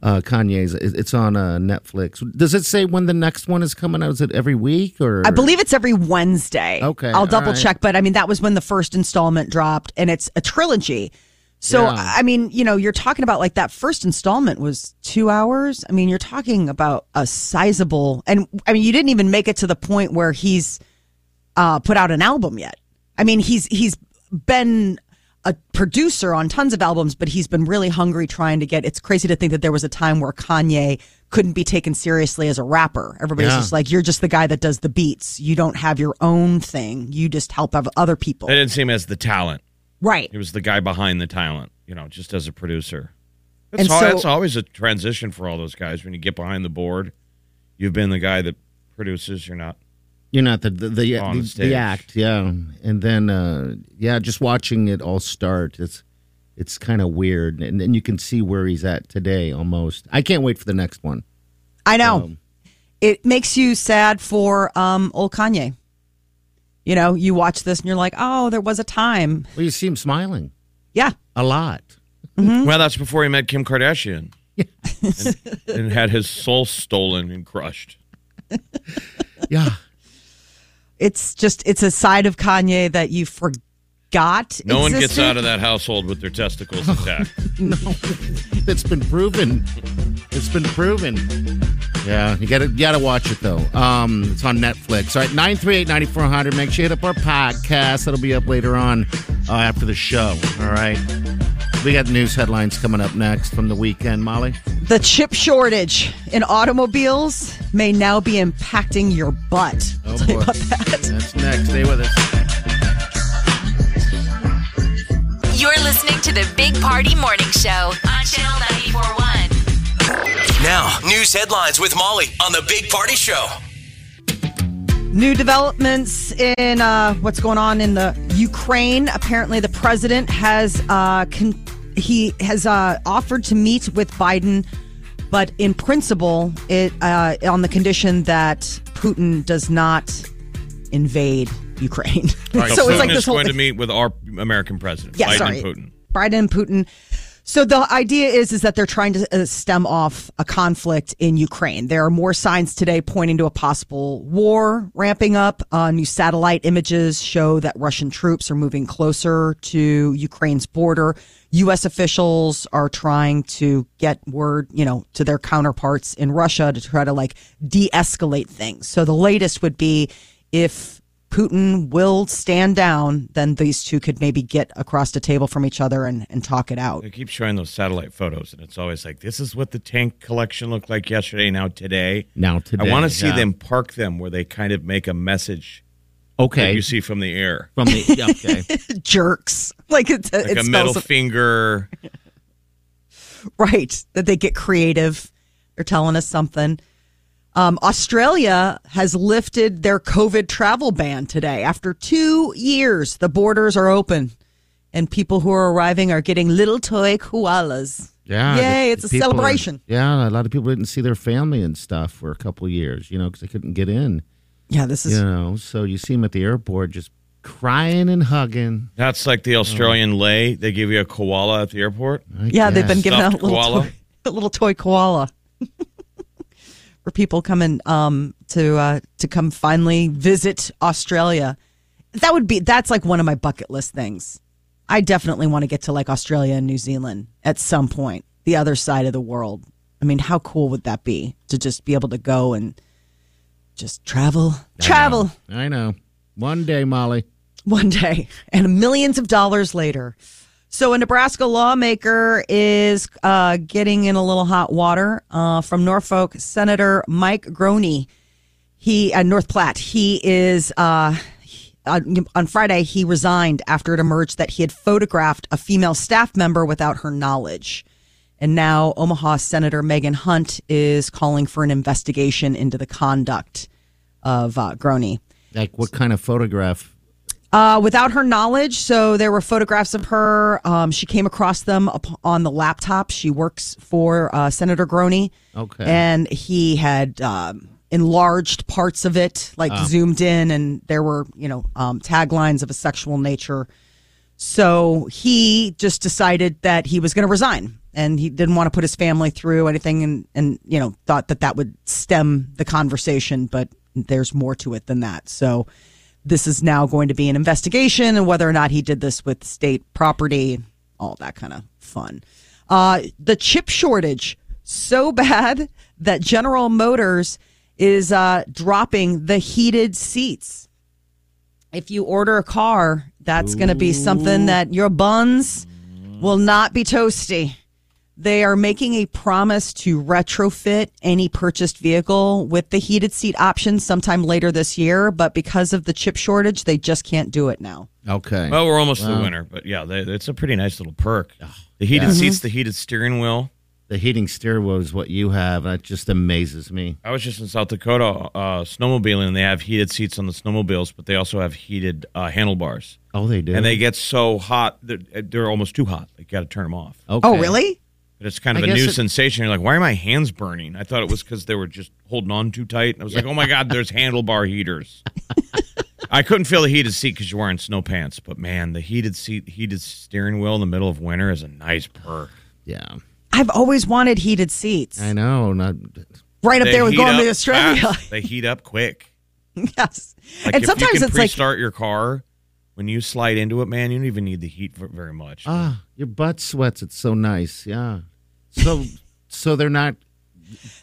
Speaker 3: Uh, Kanye's. it- It's on uh, Netflix. Does it say when the next one is coming out? Is it every week or?
Speaker 4: I believe it's every Wednesday.
Speaker 3: Okay,
Speaker 4: I'll
Speaker 3: all
Speaker 4: double
Speaker 3: right.
Speaker 4: check, but I mean, that was when the first installment dropped, and it's a trilogy. So,
Speaker 3: Yeah.
Speaker 4: I mean, you know, you're talking about like that first installment was two hours. I mean, you're talking about a sizable, and I mean, you didn't even make it to the point where he's uh, put out an album yet. I mean, he's he's been a producer on tons of albums, but he's been really hungry trying to get. It's crazy to think that there was a time where Kanye couldn't be taken seriously as a rapper. Everybody's
Speaker 3: Yeah.
Speaker 4: just like, you're just the guy that does the beats. You don't have your own thing. You just help of other people.
Speaker 5: I didn't see him as the talent.
Speaker 4: Right.
Speaker 5: He was the guy behind the talent, you know, just as a producer. That's,
Speaker 4: And
Speaker 5: al-
Speaker 4: so-
Speaker 5: that's always a transition for all those guys when you get behind the board. You've been the guy that produces. You're not.
Speaker 3: You're not the the the,
Speaker 5: On
Speaker 3: the,
Speaker 5: stage.
Speaker 3: the act, yeah. And then uh yeah, just watching it all start, it's it's kind of weird, and then you can see where he's at today almost. I can't wait for the next one.
Speaker 4: I know.
Speaker 5: Um,
Speaker 4: it makes you sad for um, old Kanye. You know, you watch this and you're like, oh, there was a time.
Speaker 3: Well, you see him smiling
Speaker 4: Yeah.
Speaker 3: a lot.
Speaker 5: (laughs) Well, that's before he met Kim Kardashian and, and had his soul stolen and crushed.
Speaker 3: Yeah,
Speaker 4: It's just, it's a side of Kanye that you forgot.
Speaker 5: No one gets
Speaker 4: existed.
Speaker 5: out of that household with their testicles
Speaker 4: Oh. (laughs)
Speaker 5: intact.
Speaker 3: it's been proven. It's been proven. Yeah, you gotta you gotta watch it though. Um, it's on Netflix. All right, nine three eight ninety four hundred. Make sure you hit up our podcast. That'll be up later on uh, after the show. All right, we got news headlines coming up next from the weekend. Molly.
Speaker 4: The chip shortage in automobiles may now be impacting your butt.
Speaker 3: Oh boy. That's next. Stay with us.
Speaker 2: You're listening to the Big Party Morning Show on Channel 941.
Speaker 6: Now, news headlines with Molly on the Big Party Show.
Speaker 4: New developments in uh, what's going on in the Ukraine. Apparently, the president has uh, con- he has uh, offered to meet with Biden, but in principle, it uh, on the condition that Putin does not invade Ukraine. (laughs)
Speaker 5: so Putin is going to meet with our American president,
Speaker 4: Yeah,
Speaker 5: Biden
Speaker 4: sorry.
Speaker 5: and Putin.
Speaker 4: Biden and Putin. So the idea is is that they're trying to uh, stem off a conflict in Ukraine. There are more signs today pointing to a possible war ramping up. Uh, new satellite images show that Russian troops are moving closer to Ukraine's border. U.S. officials are trying to get word, you know, to their counterparts in Russia to try to like de-escalate things. So the latest would be if Putin will stand down, then these two could maybe get across the table from each other and, and talk it out.
Speaker 5: They keep showing those satellite photos, and it's always like, this is what the tank collection looked like yesterday, now today.
Speaker 3: Now today,
Speaker 5: I want to see
Speaker 3: yeah.
Speaker 5: them park them where they kind of make a message that
Speaker 3: Okay.
Speaker 5: you see from the air.
Speaker 3: From the yeah,
Speaker 4: (laughs)
Speaker 3: okay.
Speaker 4: Jerks. Like it's it
Speaker 5: Like a
Speaker 4: spells
Speaker 5: middle
Speaker 4: it-
Speaker 5: finger.
Speaker 4: right that they get creative. They're telling us something. Um, Australia has lifted their COVID travel ban today. After two years, the borders are open and people who are arriving are getting little toy koalas.
Speaker 3: Yeah.
Speaker 4: Yay,
Speaker 3: the-
Speaker 4: it's
Speaker 3: the
Speaker 4: a
Speaker 3: people are-
Speaker 4: celebration.
Speaker 3: yeah, a lot of people didn't see their family and stuff for a couple years, you know, because they couldn't get in.
Speaker 4: Yeah, this is
Speaker 3: You know, so you see them at the airport just crying and hugging.
Speaker 5: That's like the Australian lay. They give you a koala at the airport.
Speaker 3: Oh. I
Speaker 4: Yeah, they've been
Speaker 3: guess.
Speaker 4: giving out
Speaker 5: Stuffed
Speaker 4: little
Speaker 5: koala.
Speaker 4: Toy, (laughs) a little toy koala (laughs) for people coming um, to uh, to come finally visit Australia. That would be that's like one of my bucket list things. I definitely want to get to like Australia and New Zealand at some point, the other side of the world. I mean, how cool would that be to just be able to go and just travel, travel
Speaker 3: I know. One day, Molly.
Speaker 4: one day (laughs) and millions of dollars later. So, a Nebraska lawmaker is uh, getting in a little hot water uh, from Norfolk Senator Mike Groney. He uh, North Platte. He is uh, he- on, on Friday. He resigned after it emerged that he had photographed a female staff member without her knowledge. And now Omaha Senator Megan Hunt is calling for an investigation into the conduct of uh, Groney
Speaker 3: Like, what kind of photograph?
Speaker 4: uh, without her knowledge. So there were photographs of her. Um, she came across them up on the laptop. She works for uh, Senator Groney.
Speaker 3: Okay.
Speaker 4: And he had um, enlarged parts of it, like zoomed in, and there were, you know, um, taglines of a sexual nature. So he just decided that he was going to resign and he didn't want to put his family through anything and, and, you know, thought that that would stem the conversation. But there's more to it than that. So this is now going to be an investigation and whether or not he did this with state property, all that kind of fun. Uh, the chip shortage so (laughs) bad that General Motors is uh, dropping the heated seats if you order a car, That's going to be something that your buns will not be toasty. They are making a promise to retrofit any purchased vehicle with the heated seat option sometime later this year, but because of the chip shortage, they just can't do it now.
Speaker 3: Okay.
Speaker 4: Oh.
Speaker 5: Well, we're almost the winter, but yeah, they, it's a pretty nice little perk. The heated seats,
Speaker 3: Mm-hmm.
Speaker 5: the heated steering wheel.
Speaker 3: the heating steer wheel is what you have. and That just amazes me.
Speaker 5: I was just in South Dakota uh, snowmobiling, and they have heated seats on the snowmobiles, but they also have heated uh, handlebars.
Speaker 3: Oh, they do.
Speaker 5: And they get so hot, they're, they're almost too hot. You got to turn them off.
Speaker 3: Okay.
Speaker 4: Oh, really?
Speaker 5: But it's kind of
Speaker 3: I
Speaker 5: a new
Speaker 3: guess it-
Speaker 5: sensation. You're like, why are my hands burning? I thought it was because they were just holding on too tight. And I was like, oh my God, there's
Speaker 3: (laughs)
Speaker 5: handlebar heaters. I couldn't feel the heated seat because you're wearing snow pants. But man, the heated seat, heated steering wheel in the middle of winter is a nice perk.
Speaker 3: Yeah.
Speaker 4: I've always wanted heated seats.
Speaker 3: I know. Not.
Speaker 4: Right up there with
Speaker 5: heat
Speaker 4: going
Speaker 5: up
Speaker 4: to Australia. (laughs)
Speaker 5: fast. They heat up quick.
Speaker 4: yes. (laughs)
Speaker 5: Like
Speaker 4: and
Speaker 5: if
Speaker 4: sometimes
Speaker 5: you can
Speaker 4: it's like,
Speaker 5: pre-start your car when you slide into it, man, you don't even need the heat for very much.
Speaker 4: Uh,
Speaker 3: Ah, your butt sweats. It's so nice. Yeah.
Speaker 4: (laughs)
Speaker 3: So, so they're not.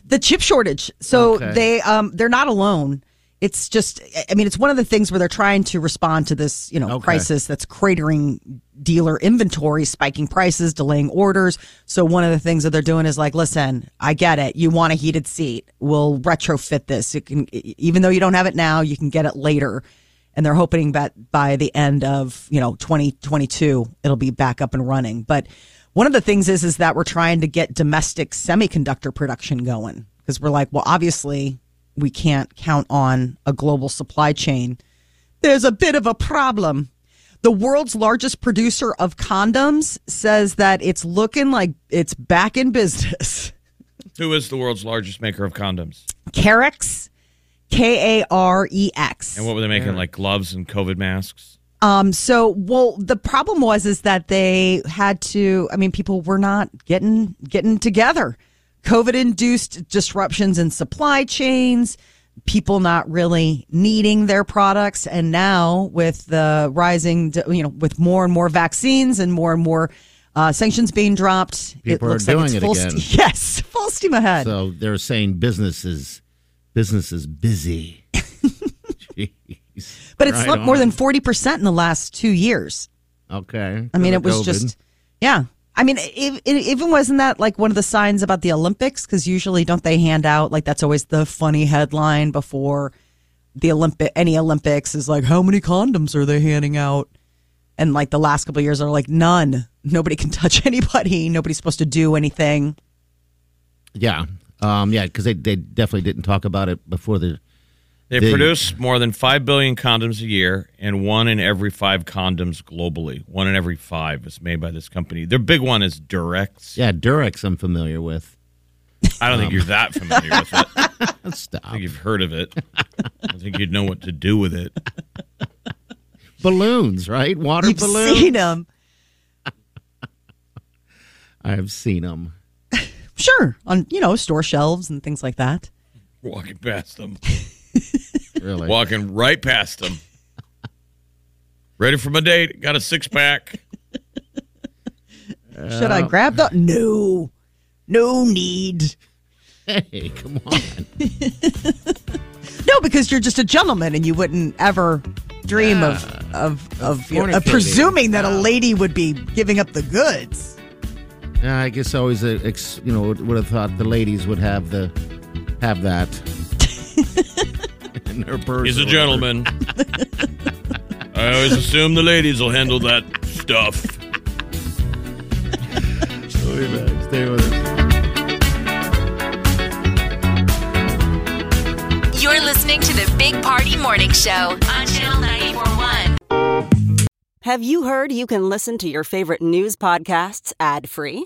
Speaker 4: the chip shortage. So
Speaker 3: Okay.
Speaker 4: they um they're not alone. It's just I mean it's one of the things where they're trying to respond to this, you know,
Speaker 3: Okay.
Speaker 4: crisis that's cratering dealer inventory, spiking prices, delaying orders. So one of the things that they're doing is like, listen, I get it. You want a heated seat. We'll retrofit this. You can e, even though you don't have it now, you can get it later. And they're hoping that by the end of, you know, 2022 it'll be back up and running. But one of the things is is that we're trying to get domestic semiconductor production going because we're like, well, obviously we can't count on a global supply chain. There's a bit of a problem. The world's largest producer of condoms says that it's looking like it's back in business. (laughs)
Speaker 5: Who is the world's largest maker of condoms?
Speaker 4: Carex, K A R E X.
Speaker 5: And what were they making? Like gloves and COVID masks?
Speaker 4: Um, so, well, the problem was is that they had to. I mean, people were not getting getting together. COVID induced disruptions in supply chains. People not really needing their products, and now with the rising, you know, with more and more vaccines and more and more uh, sanctions being dropped,
Speaker 3: People are doing it
Speaker 4: full
Speaker 3: again.
Speaker 4: ste- (laughs) yes, full steam ahead.
Speaker 3: So they're saying business is, business is
Speaker 4: (laughs)
Speaker 3: busy. Jeez.
Speaker 4: but it's
Speaker 3: Right
Speaker 4: up more
Speaker 3: on.
Speaker 4: than forty percent in the last two years.
Speaker 3: Okay.
Speaker 4: I mean, it
Speaker 3: Because
Speaker 4: was
Speaker 3: of COVID.
Speaker 4: just, yeah. I mean, it, it even wasn't that like one of the signs about the Olympics because usually don't they hand out like that's always the funny headline before the Olympic any Olympics is like how many condoms are they handing out and like the last couple of years are like none nobody can (laughs) touch anybody nobody's supposed to do anything
Speaker 3: Yeah. Um. Yeah. Because they they definitely didn't talk about it before the.
Speaker 5: They
Speaker 3: They-
Speaker 5: produce more than 5 billion condoms a year, and one in every five condoms globally. One in every five is made by this company. Their big one is Durex.
Speaker 3: Yeah, Durex I'm familiar with.
Speaker 5: I
Speaker 4: Um,
Speaker 5: don't think you're that familiar with it. I
Speaker 3: Stop.
Speaker 4: (laughs)
Speaker 5: think you've heard of it. I think you'd know what to do with it.
Speaker 3: Balloons, right? Water
Speaker 4: you've
Speaker 3: balloons.
Speaker 4: seen them
Speaker 3: (laughs) I've seen them.
Speaker 4: sure on you know store shelves and things like that
Speaker 5: Walking past them.
Speaker 3: Really.
Speaker 5: Walking right past (laughs) them. Ready for my date? Got a six pack.
Speaker 4: should I grab the no no need.
Speaker 3: Hey, come on.
Speaker 4: No, because you're just a gentleman and you wouldn't ever dream of of of, you know, of
Speaker 3: fornicating.
Speaker 4: presuming that a lady would be giving up the goods.
Speaker 3: Yeah, I guess I always, uh, ex, you know, would have thought the ladies would have the have that
Speaker 5: (laughs)
Speaker 3: in their purse.
Speaker 5: He's
Speaker 3: or
Speaker 5: a
Speaker 3: whatever.
Speaker 5: gentleman. (laughs) I always assume the ladies will handle that stuff.
Speaker 3: We'll be back. "Oh, Stay with us.
Speaker 2: You're listening to the Big Party Morning Show on Channel 941.
Speaker 7: Have you heard you can listen to your favorite news podcasts ad free?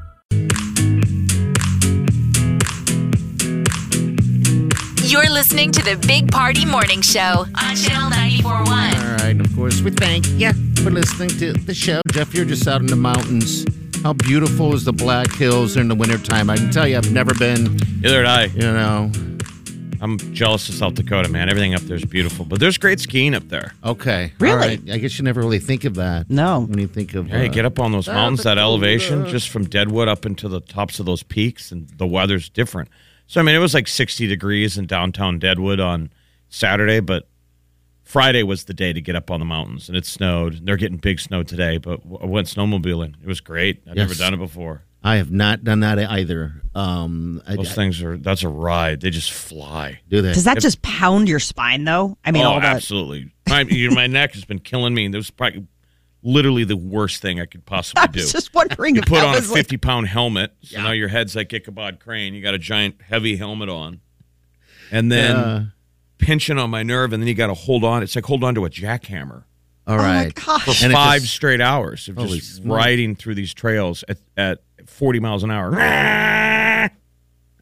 Speaker 2: You're listening to the Big Party Morning Show on Channel 941.
Speaker 3: All right, and of course, we thank you for listening to the show. Jeff, you're just out in the mountains. How beautiful is the Black Hills in the wintertime? I can tell you, I've never been,
Speaker 5: Neither did I.
Speaker 3: you know.
Speaker 5: I'm jealous of South Dakota, man. Everything up there is beautiful, but there's great skiing up there.
Speaker 3: Okay.
Speaker 4: Really?
Speaker 3: All right. I guess you never really think of that.
Speaker 4: No.
Speaker 3: When you think of.
Speaker 5: Hey,
Speaker 3: uh,
Speaker 5: get up on those mountains, that
Speaker 3: Dakota.
Speaker 5: elevation, just from Deadwood up into the tops of those peaks, and the weather's different. So, I mean, it was like 60 degrees in downtown Deadwood on Saturday, but Friday was the day to get up on the mountains, and it snowed. They're getting big snow today, but w- I went snowmobiling. It was great. I've never
Speaker 3: Yes.
Speaker 5: done it before.
Speaker 3: uh, I have not done that either. Um, I,
Speaker 5: Those
Speaker 3: I
Speaker 5: things are, that's a ride. They just fly.
Speaker 3: do that.
Speaker 4: Does that just pound your spine though? I mean,
Speaker 5: oh,
Speaker 4: all that. (laughs)
Speaker 5: absolutely. My, you know, my neck has been killing me, and it was probably literally the worst thing I could
Speaker 4: (laughs)
Speaker 5: possibly
Speaker 4: I
Speaker 5: do.
Speaker 4: was just wondering
Speaker 5: you
Speaker 4: if
Speaker 5: put
Speaker 4: that
Speaker 5: on a
Speaker 4: was like,
Speaker 5: 50 pound helmet so now your head's like ichabod crane you got a giant heavy helmet on and then
Speaker 3: Yeah.
Speaker 5: pinching on my nerve and then you got to hold on it's like hold on to a jackhammer
Speaker 4: Oh
Speaker 3: All right.
Speaker 4: gosh.
Speaker 5: for
Speaker 3: And it
Speaker 5: five
Speaker 3: just-
Speaker 5: straight hours of
Speaker 3: Holy
Speaker 5: just
Speaker 3: smoke.
Speaker 5: riding through these trails at, at 40 miles an hour i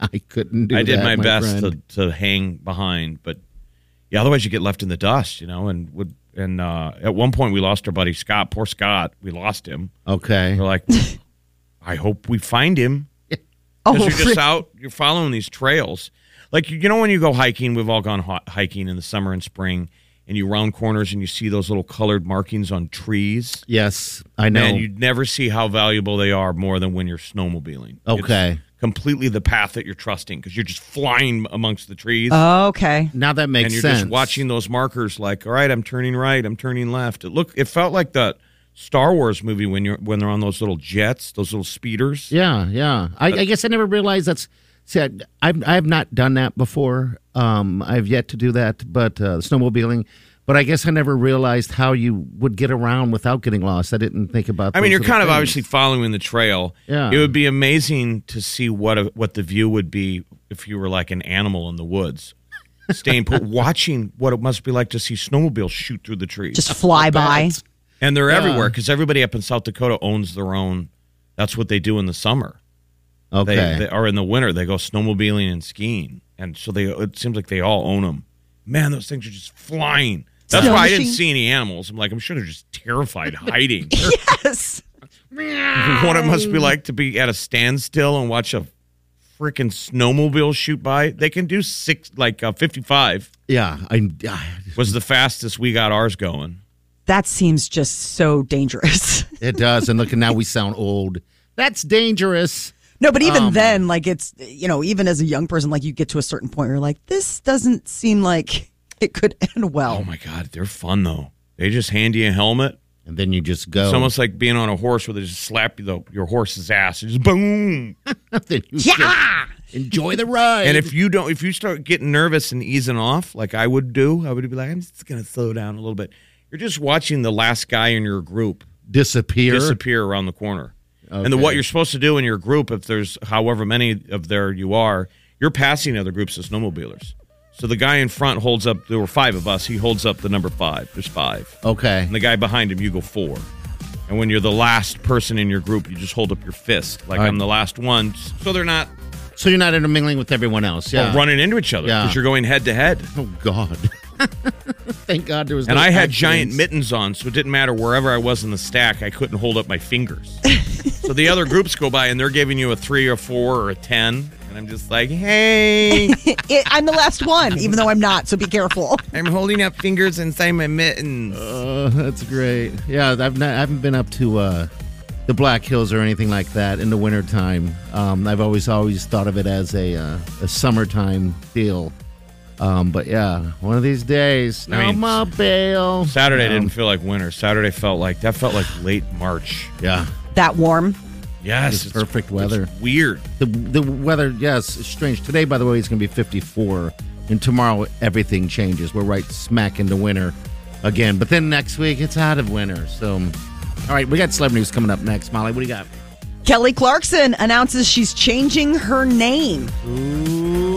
Speaker 3: I couldn't do
Speaker 5: did
Speaker 3: that,
Speaker 5: my, best
Speaker 3: friend.
Speaker 5: to, to hang behind but yeah otherwise you get left in the dust you know and would and uh, at one point we lost our buddy scott poor scott we lost him
Speaker 3: Okay.
Speaker 4: (laughs)
Speaker 5: we're like i hope we find him
Speaker 4: oh,
Speaker 5: (laughs) Because you're
Speaker 4: really?
Speaker 5: just out, you're following these trails. Like, you know, when you go hiking, we've all gone hi- hiking in the summer and spring, and you round corners and you see those little colored markings on trees.
Speaker 3: Yes, I know.
Speaker 5: Man, you never see how valuable they are more than when you're snowmobiling. It's
Speaker 3: Okay.
Speaker 5: completely the path that you're trusting because you're just flying amongst the trees.
Speaker 4: Oh, okay.
Speaker 3: now that makes
Speaker 5: and you're
Speaker 3: sense.
Speaker 5: just watching those markers like, all right, I'm turning right, I'm turning left. It look it felt like the Star Wars movie when you're when they're on those little jets, those little speeders.
Speaker 3: Yeah, yeah. I, I guess I never realized that's. See, I, I've I have not done that before. Um, I've yet to do that, but uh, snowmobiling. But I guess I never realized how you would get around without getting lost. I didn't think about.
Speaker 5: I mean,
Speaker 3: those
Speaker 5: you're
Speaker 3: little
Speaker 5: kind of
Speaker 3: things.
Speaker 5: obviously following the trail.
Speaker 3: Yeah.
Speaker 5: It would be amazing to see what a, what the view would be if you were like an animal in the woods,
Speaker 3: (laughs)
Speaker 5: staying put, watching what it must be like to see snowmobiles shoot through the trees. (laughs)
Speaker 4: Just fly by.
Speaker 5: and they're everywhere because everybody up in South Dakota owns their own. That's what they do in the summer.
Speaker 3: okay.
Speaker 5: They, they are in the winter. They go snowmobiling and skiing, and so they. It seems like they all own them. Man, those things are just flying. That's
Speaker 4: Snow
Speaker 5: why I didn't
Speaker 4: machine.
Speaker 5: see any animals. I'm like, I'm sure they're
Speaker 4: (laughs)
Speaker 5: just terrified, hiding (laughs)
Speaker 4: Yes.
Speaker 5: what it must be like to be at a standstill and watch a freaking snowmobile shoot by. They can do six, like uh, 55
Speaker 3: yeah, I, I-
Speaker 5: was the fastest we got ours going.
Speaker 4: That seems just so dangerous. (laughs)
Speaker 3: it does. And look, now we sound old. That's dangerous.
Speaker 4: No, but
Speaker 5: Um,
Speaker 4: even then, like it's you know, even as a young person, like you get to a certain point, where you're like, this doesn't seem like it could (laughs) end
Speaker 5: Oh
Speaker 4: well.
Speaker 5: my God, they're fun though. They just hand you a helmet.
Speaker 3: And then you just go.
Speaker 5: It's almost like being on a horse where they just slap you, the, your horse's ass. and Just boom.
Speaker 3: (laughs) Then you just enjoy the ride.
Speaker 5: And if you don't, if you start getting nervous and easing off, like I would do, I would be like, I'm just going to slow down a little bit. You're just watching the last guy in your group
Speaker 3: disappear,
Speaker 5: disappear around the corner. And the, what you're supposed to do in your group, if there's however many of there you are, you're passing other groups of snowmobilers. So the guy in front holds up. There were five of us. He holds up the number five. There's five,
Speaker 3: okay.
Speaker 5: and the guy behind him, you go four. And when you're the last person in your group, you just hold up your fist like
Speaker 3: All right.
Speaker 5: I'm the last one, so they're not
Speaker 3: So you're not intermingling with everyone else. Yeah.
Speaker 5: running into each other
Speaker 3: Yeah.
Speaker 5: because you're going head to head.
Speaker 3: Oh God. (laughs) Thank God there was.
Speaker 5: And
Speaker 3: no
Speaker 5: I had
Speaker 3: accidents.
Speaker 5: giant mittens on, so it didn't matter wherever I was in the stack, I couldn't hold up
Speaker 3: (laughs)
Speaker 5: my fingers. so the other groups go by and they're giving you a three or four or a 10. And I'm just
Speaker 3: (laughs)
Speaker 5: like, hey,
Speaker 4: It, I'm the last one, even though I'm not. So be careful.
Speaker 5: I'm holding up fingers inside my mittens.
Speaker 3: Oh, that's great. Yeah, I've not, I haven't been up to uh, the Black Hills or anything like that in the wintertime. Um, I've always always thought of it as a uh, a summertime deal. Um, but yeah, one of these days,
Speaker 5: I mean,
Speaker 3: snowmobile.
Speaker 5: Saturday
Speaker 3: Um,
Speaker 5: didn't feel like winter. Saturday felt like that felt like late March.
Speaker 3: Yeah,
Speaker 4: That warm.
Speaker 5: Yes,
Speaker 3: It's
Speaker 5: it's-
Speaker 3: perfect weather.
Speaker 5: It's weird.
Speaker 3: The the weather, yes, it's strange. Today, by the way, it's going to be 54, and tomorrow everything changes. We're right smack into winter again. But then next week, it's out of winter. So, all right, we got celebrity news coming up next. Molly, what do you got?
Speaker 4: Kelly Clarkson announces she's changing her name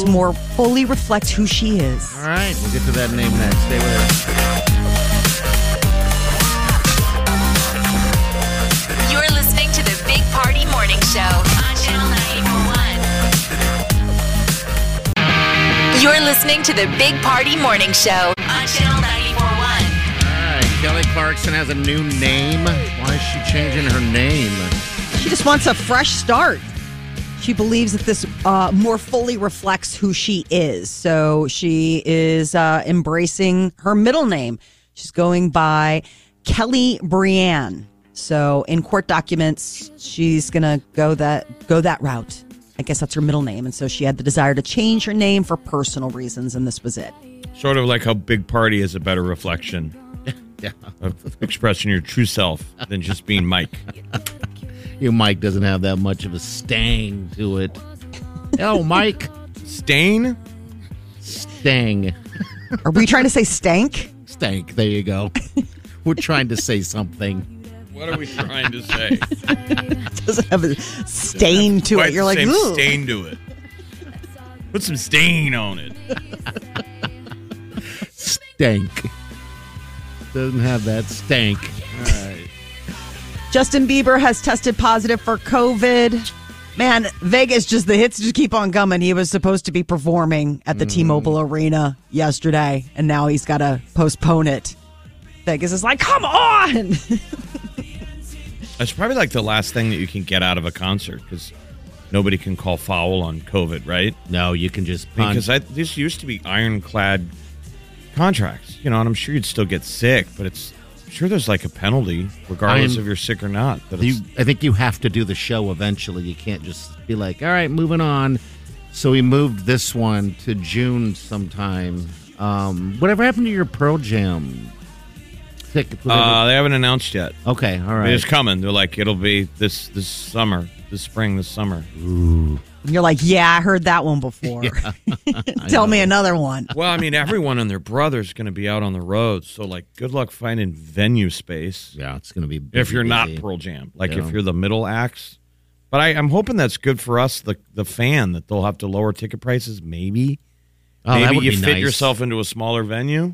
Speaker 4: to more fully reflect who she is.
Speaker 3: All right, we'll get to that name next. Stay with us.
Speaker 2: You're listening to the Big Party Morning Show on Channel 941. You're listening to the Big Party Morning Show on Channel 941.
Speaker 3: All right, Kelly Clarkson has a new name. Why is she changing her name?
Speaker 4: She just wants a fresh start. She believes that this uh, more fully reflects who she is. So she is uh, embracing her middle name. She's going by Kelly Brianne. So in court documents, she's gonna go that go that route. I guess that's her middle name, and so she had the desire to change her name for personal reasons, and this was it.
Speaker 5: Sort of like how Big Party is a better reflection
Speaker 3: (laughs) Yeah.
Speaker 5: of expressing your true self than just being
Speaker 3: (laughs)
Speaker 5: Mike.
Speaker 3: Your mic doesn't have that much of a stang to it. Oh, Mike.
Speaker 5: Stain?
Speaker 3: Stang.
Speaker 4: Are we trying to say stank? (laughs)
Speaker 3: Stank. There you go. We're trying to say something.
Speaker 5: What are we trying to say?
Speaker 4: Doesn't have a stain to
Speaker 5: Quite
Speaker 4: it. You're
Speaker 5: the
Speaker 4: like,
Speaker 5: same
Speaker 4: ooh.
Speaker 5: stain to it. Put some stain on it.
Speaker 3: Stank. Doesn't have that stank. All right.
Speaker 4: Justin Bieber has tested positive for COVID. Man, Vegas just the hits just keep on coming. He was supposed to be performing at the
Speaker 5: Hmm.
Speaker 4: T-Mobile Arena yesterday, and now he's got to postpone it. Vegas is like, come on! (laughs)
Speaker 5: That's probably like the last thing that you can get out of a concert because nobody can call foul on COVID, right?
Speaker 3: No, you can just punch.
Speaker 5: Because I, this used to be ironclad contracts, you know, and I'm sure you'd still get sick, but it's I'm sure there's like a penalty regardless
Speaker 3: I'm-
Speaker 5: if you're sick or not. But
Speaker 3: You,
Speaker 5: it's,
Speaker 3: I think you have to do the show eventually. You can't just be like, all right, moving on. So we moved this one to June sometime. Um, whatever happened to your Pearl Jam? ticket?
Speaker 5: uh, they haven't announced yet.
Speaker 3: okay, all right.
Speaker 5: It's coming. They're like it'll be this this summer, this spring, this summer.
Speaker 4: And you're like, yeah, I heard that one
Speaker 5: (laughs)
Speaker 4: before. (laughs) Tell me another one.
Speaker 5: Well, I mean, everyone and their brother's going to be out on the road, so like, good luck finding venue space
Speaker 3: yeah, it's going to be
Speaker 5: if you're not
Speaker 3: busy. Oh,
Speaker 5: Pearl Jam. Like,
Speaker 3: Yeah.
Speaker 5: if you're the middle acts. But I, I'm hoping that's good for us, the the fan, that they'll have to lower ticket prices. Maybe,
Speaker 3: Oh, that
Speaker 5: maybe
Speaker 3: would
Speaker 5: you
Speaker 3: be
Speaker 5: fit
Speaker 3: nice.
Speaker 5: yourself into a smaller venue.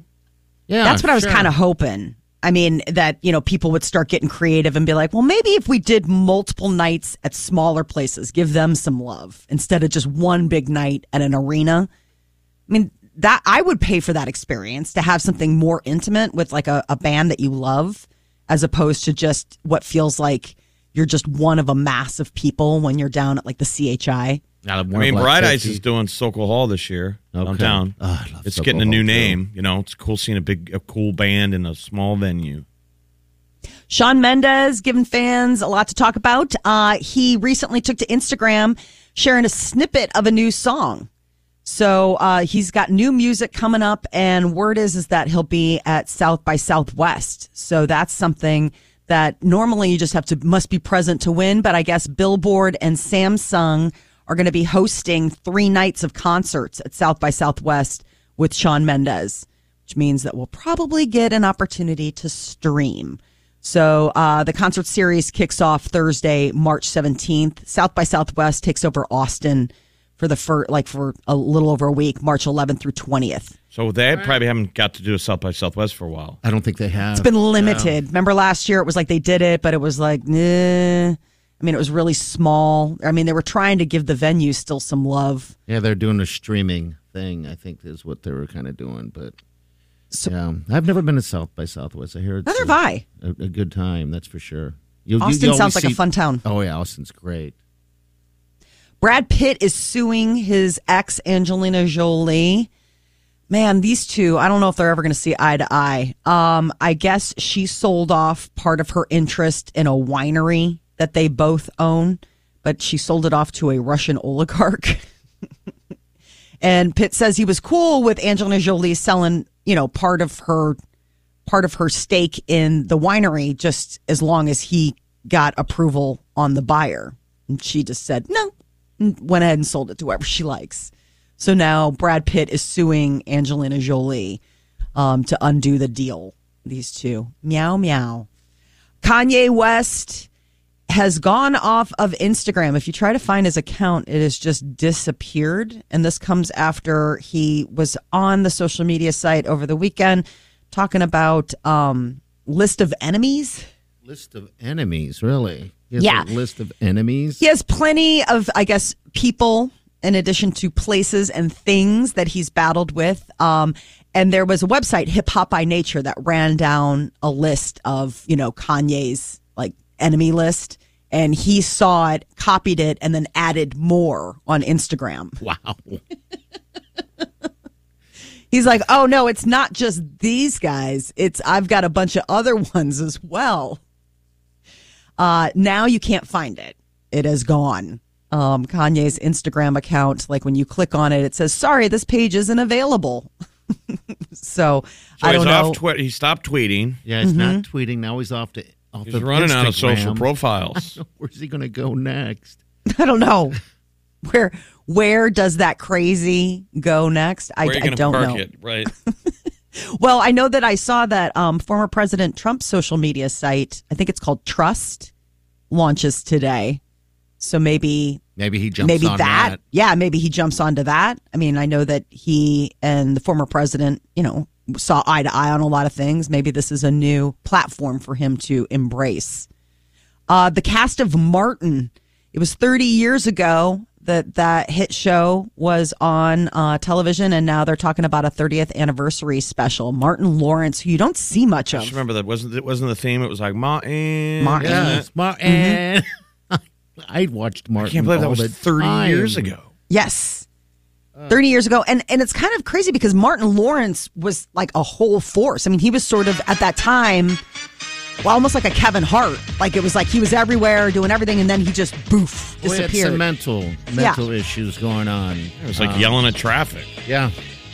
Speaker 3: Yeah,
Speaker 4: That's what I was
Speaker 3: sure.
Speaker 4: kind of hoping. I mean, that, you know, people would start getting creative and be like, well, maybe if we did multiple nights at smaller places, give them some love instead of just one big night at an arena. I mean, that I would pay for that experience to have something more intimate with like a, a band that you love as opposed to just what feels like you're just one of a mass of people when you're down at like the CHI.
Speaker 3: Not a
Speaker 5: I mean,
Speaker 3: like
Speaker 5: Bright Eyes
Speaker 3: 50.
Speaker 5: is doing Sokol Hall this year
Speaker 3: Okay.
Speaker 5: downtown.
Speaker 3: Oh, I love
Speaker 5: it's
Speaker 3: Sokol
Speaker 5: getting a
Speaker 3: Hall,
Speaker 5: new
Speaker 3: too.
Speaker 5: name. You know, it's cool seeing a big, a cool band in a small venue.
Speaker 4: Sean Mendez giving fans a lot to talk about. Uh, he recently took to Instagram sharing a snippet of a new song. So uh, he's got new music coming up, and word is is that he'll be at South by Southwest. So that's something that normally you just have to must be present to win, but I guess Billboard and Samsung are going to be hosting three nights of concerts at South by Southwest with Sean Mendez, which means that we'll probably get an opportunity to stream. So uh, the concert series kicks off Thursday, March 17th. South by Southwest takes over Austin for the fir- like for a little over a week, March 11th through 20th.
Speaker 5: So they probably haven't got to do a South by Southwest for a while.
Speaker 3: I don't think they have.
Speaker 4: It's been limited. Remember last year, it was like they did it, but it was like, nah. I mean, it was really small. I mean, they were trying to give the venue still some love.
Speaker 3: Yeah, they're doing a streaming thing. I think is what they were kind of doing, but
Speaker 4: So-
Speaker 3: yeah, I've never been to South by Southwest. I hear it's
Speaker 4: Neither
Speaker 3: a-
Speaker 4: have I.
Speaker 3: a, a good time. That's for sure. You- you-
Speaker 4: Austin
Speaker 3: you always
Speaker 4: sounds like a
Speaker 3: see-
Speaker 4: fun town.
Speaker 3: Oh yeah, Austin's great.
Speaker 4: Brad Pitt is suing his ex Angelina Jolie. Man, these two, I don't know if they're ever going to see eye to eye. Um, I guess she sold off part of her interest in a winery that they both own, but she sold it off to a Russian (laughs) oligarch. and Pitt says he was cool with Angelina Jolie selling, you know, part of her part of her stake in the winery just as long as he got approval on the buyer. And she just said, no, and went ahead and sold it to whoever she likes. So now Brad Pitt is suing Angelina Jolie um, to undo the deal. These two, meow, meow. Kanye West has gone off of Instagram. If you try to find his account, it has just disappeared. And this comes after he was on the social media site over the weekend talking about um, list of enemies.
Speaker 3: List of enemies, really? He has a
Speaker 4: Yeah.
Speaker 3: list of enemies.
Speaker 4: He has plenty of, I guess, people in addition to places and things that he's battled with. Um, and there was a website, Hip Hop by Nature, that ran down a list of, you know, Kanye's like enemy list. And he saw it, copied it, and then added more on Instagram.
Speaker 3: Wow.
Speaker 4: He's like, oh no, it's not just these guys. It's I've got a bunch of other (laughs) ones as well. Uh, now you can't find it. It is gone. Um, Kanye's Instagram account, like when you click on it, it says, sorry, this page isn't available. (laughs) so,
Speaker 5: So
Speaker 4: I
Speaker 5: he's
Speaker 4: don't know. (laughs)
Speaker 5: off Twitter. He stopped tweeting.
Speaker 3: Yeah, he's not
Speaker 4: Mm-hmm.
Speaker 3: tweeting now. He's off to off
Speaker 5: He's
Speaker 3: of
Speaker 5: running out of social
Speaker 3: Instagram.
Speaker 5: profiles.
Speaker 3: Where's he going to go next?
Speaker 4: I don't know. Where where does that crazy go next? I,
Speaker 5: Where are you
Speaker 4: I
Speaker 5: going to
Speaker 4: don't
Speaker 5: park
Speaker 4: know.
Speaker 5: it? Right.
Speaker 4: Well, I know that I saw that um, former President Trump's social media site, I think it's called Trust, launches today. So maybe
Speaker 3: Maybe he jumps
Speaker 4: maybe
Speaker 3: on
Speaker 4: that, Yeah, maybe he jumps onto that. I mean, I know that he and the former president, you know, saw eye to eye on a lot of things. Maybe this is a new platform for him to embrace. Uh, the cast of Martin. It was 30 years ago that that hit show was on uh, television, and now they're talking about a 30th anniversary special. Martin Lawrence, who you don't see much
Speaker 5: (laughs) Just
Speaker 4: of.
Speaker 5: remember that wasn't it wasn't the theme. It was like eh, Martin.
Speaker 3: eh."
Speaker 4: Martin.
Speaker 3: Yes,
Speaker 4: Mm-hmm.
Speaker 3: Martin. (laughs) I watched Martin.
Speaker 5: I can't believe that
Speaker 3: all
Speaker 5: was
Speaker 3: the
Speaker 5: thirty
Speaker 3: time.
Speaker 5: years ago.
Speaker 4: Yes.
Speaker 3: Uh.
Speaker 4: 30 years ago and and it's kind of crazy because Martin Lawrence was like a whole force. I mean, he was sort of at that time well, almost like a Kevin Hart. Like it was like he was everywhere doing everything and then he just poof
Speaker 3: Well, he had some
Speaker 4: disappeared.
Speaker 3: mental mental issues going on. Uh,
Speaker 5: It was like yelling at traffic.
Speaker 3: Yeah,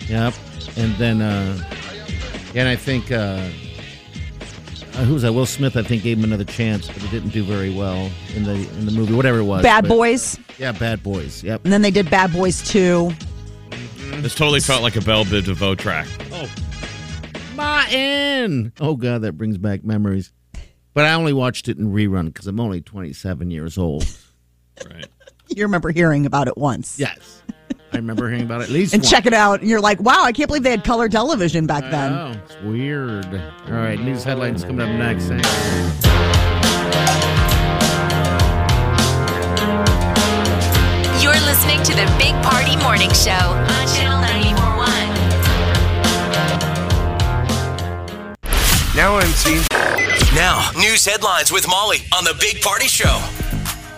Speaker 3: yep. And then, uh and I think uh, uh who was that? Will Smith, I think, gave him another chance, but it didn't do very well in the in the movie, whatever it was.
Speaker 4: Bad
Speaker 3: But-
Speaker 4: Boys
Speaker 3: Yeah, Bad Boys. Yep.
Speaker 4: and then they did Bad Boys 2.
Speaker 3: Mm-hmm.
Speaker 5: This totally felt like a Belle Biv DeVoe track.
Speaker 3: Martin. Oh God, that brings back memories. But I only watched it in rerun because I'm only 27 years old.
Speaker 5: Right.
Speaker 4: You remember hearing about it once.
Speaker 3: Yes, I remember hearing about it at least.
Speaker 4: And
Speaker 3: once.
Speaker 4: check it out and you're like, "Wow, I can't believe they had color television back then."
Speaker 3: Oh, it's weird. All right, news headlines coming up next. Thanks.
Speaker 2: You're listening to the Big Party Morning Show on Channel 941.
Speaker 8: Now I'm seeing
Speaker 6: Now, news headlines with Molly on the Big Party Show.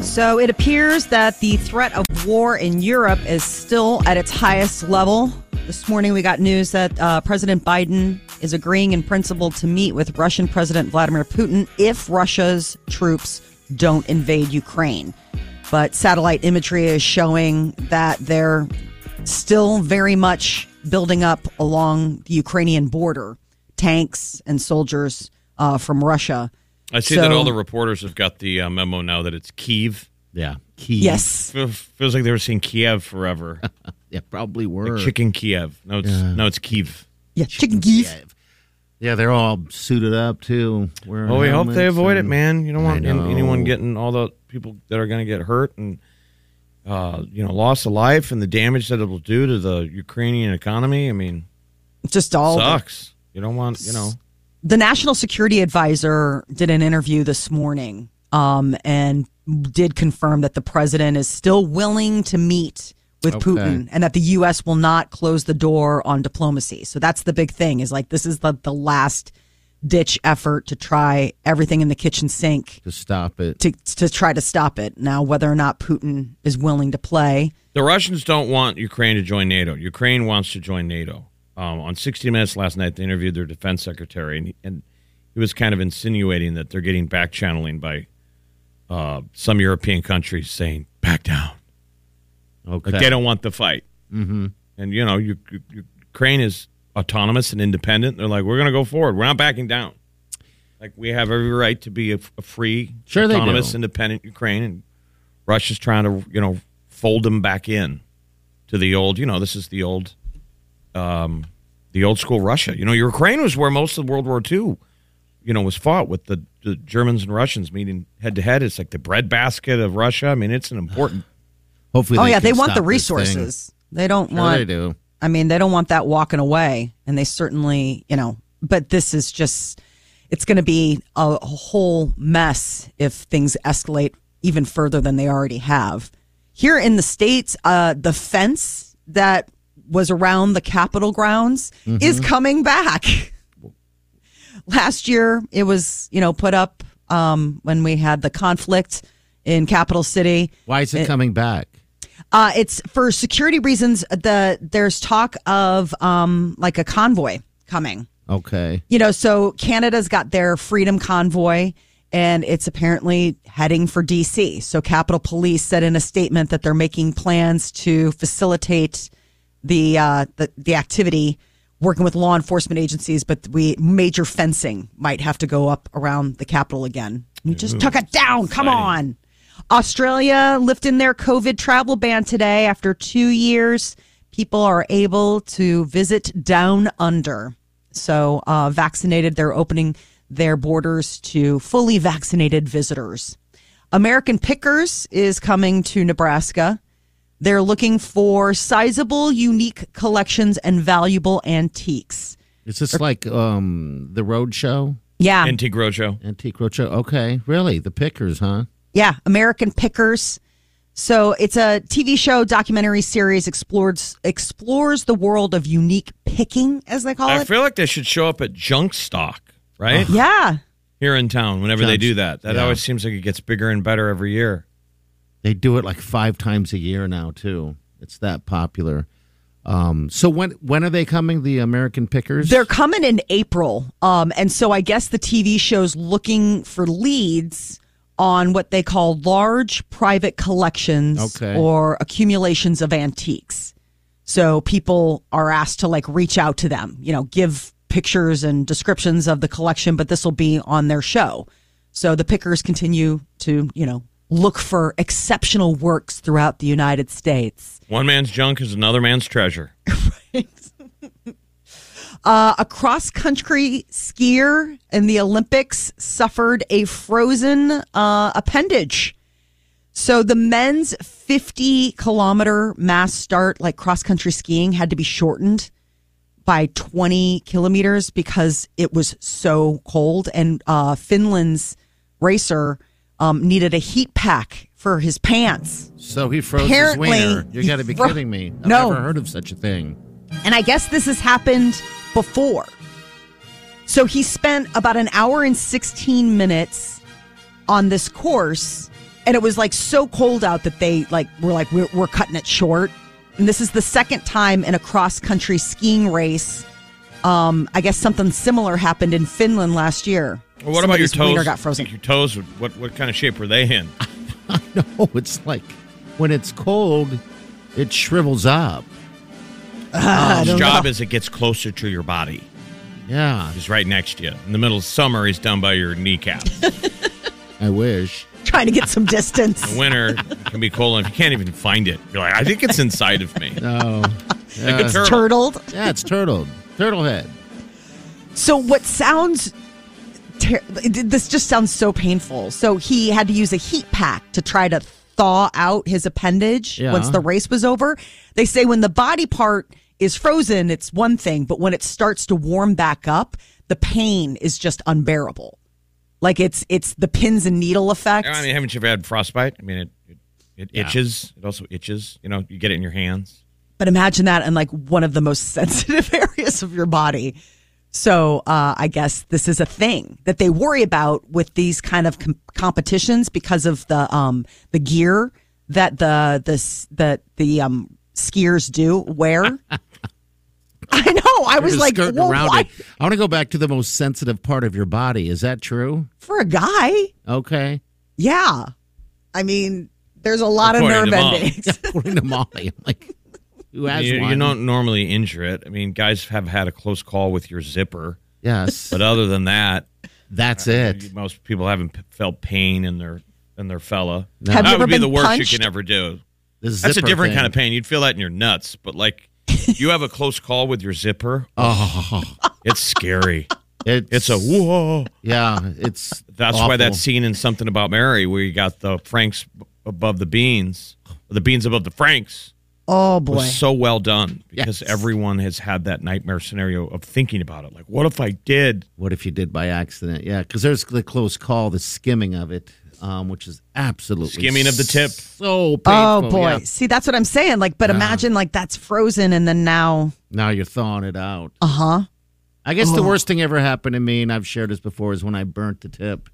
Speaker 4: So it appears that the threat of war in Europe is still at its highest level. This morning, we got news that uh, President Biden is agreeing in principle to meet with Russian President Vladimir Putin if Russia's troops don't invade Ukraine. But satellite imagery is showing that they're still very much building up along the Ukrainian border tanks and soldiers uh, from Russia.
Speaker 5: I see
Speaker 4: So-
Speaker 5: that all the reporters have got the uh, memo now that it's Kiev.
Speaker 3: Yeah, Kiev.
Speaker 4: Yes.
Speaker 5: Fe- Feels like they were saying Kiev
Speaker 3: (laughs)
Speaker 5: forever.
Speaker 3: Yeah, probably were.
Speaker 5: Like chicken Kiev. No, it's no, it's Kiev.
Speaker 4: Yeah, chicken geese.
Speaker 3: Kiev. Yeah, they're all suited up too. Wearing
Speaker 5: Oh, we hope they
Speaker 3: helmets
Speaker 5: avoid it,
Speaker 3: and-
Speaker 5: man. You don't want
Speaker 3: I
Speaker 5: an- anyone
Speaker 3: know.
Speaker 5: getting all the people that are going to get hurt and uh, you know loss of life and the damage that it will do to the Ukrainian economy. I mean,
Speaker 4: Just all the-
Speaker 5: sucks. You don't want you know.
Speaker 4: the national security advisor did an interview this morning um, and did confirm that the president is still willing to meet with Putin and that the U.S. will not close the door on diplomacy. So that's the big thing is like this is the, the last ditch effort to try everything in the kitchen sink
Speaker 3: to stop it.
Speaker 4: to, to try to stop it. Now, whether or not Putin is willing to play.
Speaker 5: The Russians don't want Ukraine to join NATO. Ukraine wants to join NATO. Um, on 60 Minutes last night, they interviewed their defense secretary, and, and he was kind of insinuating that they're getting back channeling by uh, some European countries saying, back down.
Speaker 3: Okay.
Speaker 5: Like they don't want the fight. Mm-hmm. And, you know, you, you- Ukraine is autonomous and independent. They're like, we're going to go forward. We're not backing down. Like we have every right to be a, a free,
Speaker 3: Sure they do.
Speaker 5: autonomous, independent Ukraine, and Russia's trying to you know fold them back in to the old. You know, this is the old, um, the old school Russia. You know, Ukraine was where most of World War II, you know, was fought with the, the Germans and Russians meeting head to head. It's like the breadbasket of Russia. I mean, it's an important.
Speaker 3: Hopefully,
Speaker 4: oh yeah,
Speaker 3: can
Speaker 4: they want
Speaker 3: stop
Speaker 4: the
Speaker 3: this thing.
Speaker 4: resources. They don't
Speaker 3: Sure
Speaker 4: want.
Speaker 3: they do.
Speaker 4: I mean, they don't want that walking away, and they certainly, you know. But this is just. It's going to be a whole mess if things escalate even further than they already have. Here in the states, uh, the fence that was around the Capitol grounds is coming back. (laughs) last year it was you know put up um, when we had the conflict in capital city
Speaker 3: Why is it, coming back?
Speaker 4: uh, it's for security reasons the there's talk of um, like a convoy coming
Speaker 3: Okay.
Speaker 4: you know so canada's got their freedom convoy and it's apparently heading for dc so capitol police said in a statement that they're making plans to facilitate the uh, the, the activity working with law enforcement agencies but we major fencing might have to go up around the capitol again we just took it down come on australia lifting their covid travel ban today after two years people are able to visit down under so uh, vaccinated, they're opening their borders to fully vaccinated visitors. American Pickers is coming to Nebraska. They're looking for sizable, unique collections and valuable antiques.
Speaker 3: Is
Speaker 4: Er
Speaker 3: this like um the road show?
Speaker 4: Yeah.
Speaker 5: Antique Roadshow.
Speaker 3: Antique road show. Okay. Really? The pickers, huh?
Speaker 4: Yeah, American Pickers. So it's a TV show documentary series explores explores the world of unique picking, as they call
Speaker 5: I
Speaker 4: it.
Speaker 5: feel like they should show up at junk stock, right?
Speaker 4: yeah.
Speaker 5: Here in town, whenever they
Speaker 3: Junk-
Speaker 5: do that, that
Speaker 3: yeah.
Speaker 5: always seems like it gets bigger and better every year.
Speaker 3: They do it like five times a year now too. It's that popular. Um so when when are they coming, the American pickers?
Speaker 4: They're coming in April. Um, and so I guess the TV show's looking for leads on what they call large private collections
Speaker 3: Okay.
Speaker 4: or accumulations of antiques. So people are asked to like reach out to them, you know, give pictures and descriptions of the collection, but this will be on their show. So the pickers continue to, you know, look for exceptional works throughout the United States.
Speaker 5: One man's junk is another man's treasure.
Speaker 4: (laughs) Uh, a cross country skier in the Olympics suffered a frozen uh, appendage. So the men's 50 kilometer mass start, like cross country skiing, had to be shortened by 20 kilometers because it was so cold. And uh, Finland's racer um, needed a heat pack for his pants.
Speaker 3: so he froze his
Speaker 4: Apparently,
Speaker 3: wiener. You gotta be
Speaker 4: (laughs) he fro-
Speaker 3: kidding me. I've
Speaker 4: No.
Speaker 3: never heard of such a thing.
Speaker 4: And I guess this has happened before. So he spent about an hour and 16 minutes on this course. And it was like so cold out that they like were like, we're, we're cutting it short. And this is the second time in a cross country skiing race. Um, I guess something similar happened in Finland last year.
Speaker 5: Well, what about your
Speaker 4: Somebody's wiener
Speaker 5: toes?
Speaker 4: Got frozen. (laughs)
Speaker 5: Your toes. would- What what kind of shape were they in?
Speaker 3: (laughs) No, Oh, it's like when it's cold, it shrivels up.
Speaker 5: His job is it gets closer to your body.
Speaker 3: Yeah.
Speaker 5: He's right next to you. In the middle of summer, he's down by
Speaker 4: (laughs)
Speaker 5: your kneecap.
Speaker 3: I wish.
Speaker 4: Trying to get some distance.
Speaker 5: In winter it can be cold, and if you can't even find it, you're like, I think it's inside of
Speaker 4: (laughs)
Speaker 5: me.
Speaker 3: No.
Speaker 5: Like a
Speaker 3: yeah.
Speaker 5: (laughs) turtle.
Speaker 4: Turtled.
Speaker 3: yeah, it's turtle. Turtle head.
Speaker 4: So what sounds ter- this just sounds so painful. So he had to use a heat pack to try to thaw out his appendage
Speaker 3: Yeah.
Speaker 4: once the race was over. They say when the body part is frozen, it's one thing, but when it starts to warm back up, the pain is just unbearable. Like it's it's the pins and needle effect.
Speaker 5: I mean, haven't you ever had frostbite? I mean, it it, it itches. It also itches. You know, you get it in your hands.
Speaker 4: But imagine that in like one of the most (laughs) sensitive areas of your body. So uh, I guess this is a thing that they worry about with these kind of com- competitions because of the um, the gear that the the s- that the um, skiers do wear.
Speaker 3: (laughs)
Speaker 4: I know. I was
Speaker 3: Just
Speaker 4: like,
Speaker 3: skirting
Speaker 4: "Well,
Speaker 3: around
Speaker 4: why-
Speaker 3: it. I want to go back to the most sensitive part of your body. Is that true?
Speaker 4: for a guy, (laughs)
Speaker 3: Okay. (laughs)
Speaker 4: yeah. I mean, there's a lot of
Speaker 5: According
Speaker 4: nerve
Speaker 5: to Mom.
Speaker 4: endings.
Speaker 3: According to Molly, I'm like, who has
Speaker 5: You, you
Speaker 3: one?
Speaker 5: don't normally injure it. I mean, guys have had a close call with your zipper, (laughs)
Speaker 3: Yes.
Speaker 5: but other than that,
Speaker 3: That's it.
Speaker 5: Most people haven't p- felt pain in their in their fella.
Speaker 3: No.
Speaker 4: Have you
Speaker 5: that
Speaker 4: ever
Speaker 5: would be
Speaker 4: been
Speaker 5: the worst you
Speaker 4: punched?
Speaker 5: can ever do.
Speaker 3: The
Speaker 5: That's a
Speaker 3: zipper
Speaker 5: different
Speaker 3: thing.
Speaker 5: kind of pain. You'd feel that in your nuts, but like (laughs) you have a close call with your zipper.
Speaker 3: Oh, (laughs)
Speaker 5: It's scary.
Speaker 3: it's,
Speaker 5: It's a whoa.
Speaker 3: yeah. It's
Speaker 5: That's why that
Speaker 3: awful.
Speaker 5: scene in Something About Mary, where you got the Franks b- above the beans, the beans above the Franks,
Speaker 4: (laughs) Oh boy.
Speaker 5: was so well done because
Speaker 3: Yes.
Speaker 5: everyone has had that nightmare scenario of thinking about it. Like, what if I did?
Speaker 3: What if you did by accident? Yeah, because there's the close call, the skimming of it, um, which is absolutely
Speaker 5: Skimming of the tip.
Speaker 3: So painful.
Speaker 4: Oh boy.
Speaker 3: yeah.
Speaker 4: See, that's what I'm saying. Like, but imagine like that's frozen and then now,
Speaker 3: Now you're thawing it out.
Speaker 4: uh huh.
Speaker 3: I guess
Speaker 4: Oh.
Speaker 3: the worst thing ever happened to me, and I've shared this before, is when I burnt the tip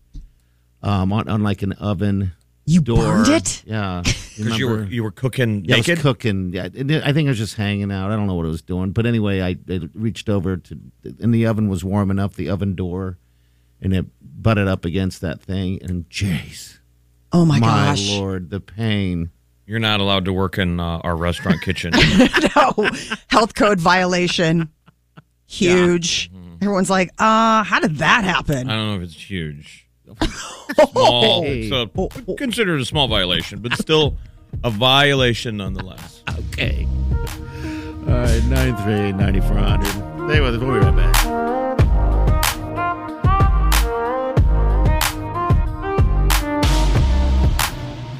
Speaker 3: um, on, on like an oven
Speaker 4: You
Speaker 3: door.
Speaker 4: burned it?
Speaker 3: Yeah.
Speaker 5: Because you were you were cooking (laughs)
Speaker 3: Yeah, I
Speaker 5: naked.
Speaker 3: was cooking. Yeah, and I think I was just hanging out. I don't know what I was doing, but anyway, I, I reached over to, and the oven was warm enough. The oven door, and it butted up against that thing, and jeez,
Speaker 4: Oh my, gosh.
Speaker 3: lord, the pain.
Speaker 5: You're not allowed to work in uh, our
Speaker 3: (laughs)
Speaker 5: restaurant kitchen.
Speaker 4: (laughs) no. Health code violation. Huge.
Speaker 3: Mm-hmm.
Speaker 4: Everyone's like, uh, how did that happen?
Speaker 3: Uh,
Speaker 5: I don't know if it's huge. Small.
Speaker 3: (laughs) Hey. Oh,
Speaker 5: So considered a small violation, but still a violation nonetheless.
Speaker 3: Okay. All right, nine three eight ninety four hundred. Stay with us. We'll be right back.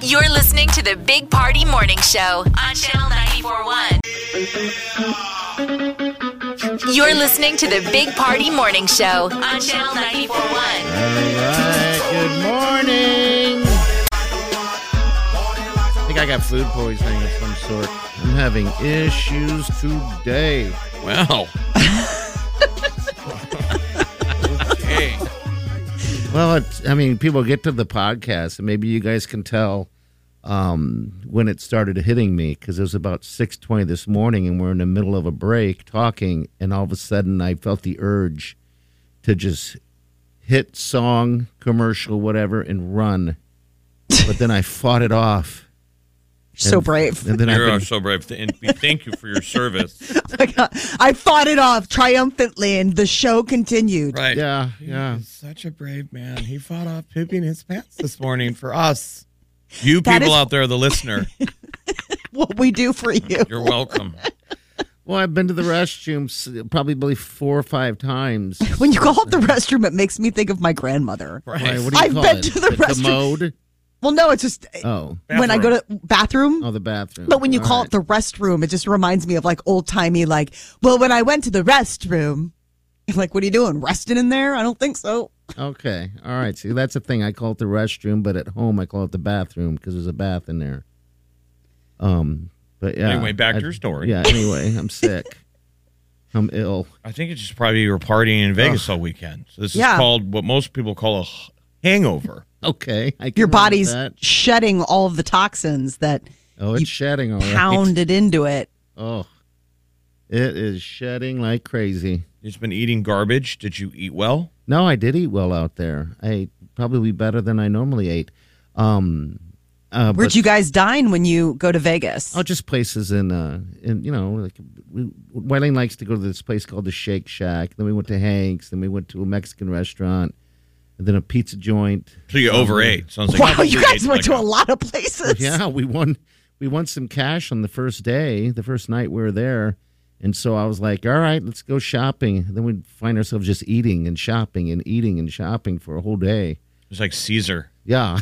Speaker 2: You're listening to the Big Party Morning Show on Channel 941. You're listening to the Big Party Morning Show on Channel 941.
Speaker 3: All right. Good morning. I think I got food poisoning of some sort. I'm having issues today. (laughs)
Speaker 5: Wow. okay.
Speaker 3: Well, it's, I mean, people get to the podcast, and maybe you guys can tell um, when it started hitting me because it was about six twenty this morning, and we're in the middle of a break talking, and all of a sudden I felt the urge to just hit song, commercial, whatever, and run. But then I fought it off.
Speaker 4: (laughs) so brave.
Speaker 3: And then
Speaker 5: You
Speaker 3: I
Speaker 5: are so brave. And we thank you for your service.
Speaker 4: (laughs) I fought it off triumphantly and the show continued.
Speaker 3: (laughs)
Speaker 5: Right.
Speaker 3: yeah, yeah.
Speaker 5: Such a brave man. He fought off pooping his pants this morning for us. You
Speaker 4: That
Speaker 5: people
Speaker 4: is-
Speaker 5: out there, the listener,
Speaker 4: What we do for you. (laughs)
Speaker 5: you're welcome.
Speaker 3: Well, I've been to the restroom s- probably four or five times.
Speaker 4: When you call it the restroom, it makes me think of my grandmother.
Speaker 3: Why,
Speaker 5: Right.
Speaker 3: what do you
Speaker 4: I've
Speaker 3: call
Speaker 4: been
Speaker 3: it?
Speaker 4: to the restroom-
Speaker 3: commode?
Speaker 4: Well, no, it's just uh,
Speaker 3: Oh,
Speaker 4: when I go to bathroom.
Speaker 3: oh, the bathroom.
Speaker 4: But when you
Speaker 3: All
Speaker 4: call
Speaker 3: right.
Speaker 4: it the restroom, it just reminds me of like old timey, like, well, when I went to the restroom, I'm like, what are you doing? Resting in there? I don't think so.
Speaker 3: Okay. All right. See, that's the thing. I call it the restroom, but at home I call it the bathroom because there's a bath in there. Um. But yeah.
Speaker 5: Anyway, back to
Speaker 3: I-
Speaker 5: your story.
Speaker 3: Yeah. Anyway, I'm
Speaker 5: (laughs)
Speaker 3: sick. I'm ill.
Speaker 5: I think it's just probably you were partying in Vegas all weekend. So this
Speaker 4: Yeah.
Speaker 5: is called what most people call a h- hangover.
Speaker 3: Okay. I can
Speaker 4: Your
Speaker 3: live with
Speaker 4: body's
Speaker 3: that.
Speaker 4: shedding all of the toxins that
Speaker 3: Oh, it's
Speaker 4: you
Speaker 3: shedding. All right.
Speaker 4: pounded into it.
Speaker 3: Oh, it is shedding like crazy.
Speaker 5: You've been eating garbage. Did you eat well?
Speaker 3: No, I did eat well out there. I ate probably better than I normally ate. Um. Uh,
Speaker 4: Where'd
Speaker 3: but-
Speaker 4: you guys dine when you go to Vegas? (laughs)
Speaker 3: Oh, just places in, uh, in you know, like we, Wylene likes to go to this place called the Shake Shack. Then we went to Hank's. Then we went to a Mexican restaurant, and then a pizza joint.
Speaker 5: So you overate. Sounds like
Speaker 4: wow, you guys
Speaker 5: ate
Speaker 4: went
Speaker 5: like
Speaker 4: to a lot of places.
Speaker 3: Yeah, we won. We won some cash on the first day, the first night we were there, and so I was like, "All right, let's go shopping." Then we'd find ourselves just eating and shopping and eating and shopping for a whole day.
Speaker 5: It was like Caesar.
Speaker 4: (laughs)
Speaker 3: Yeah,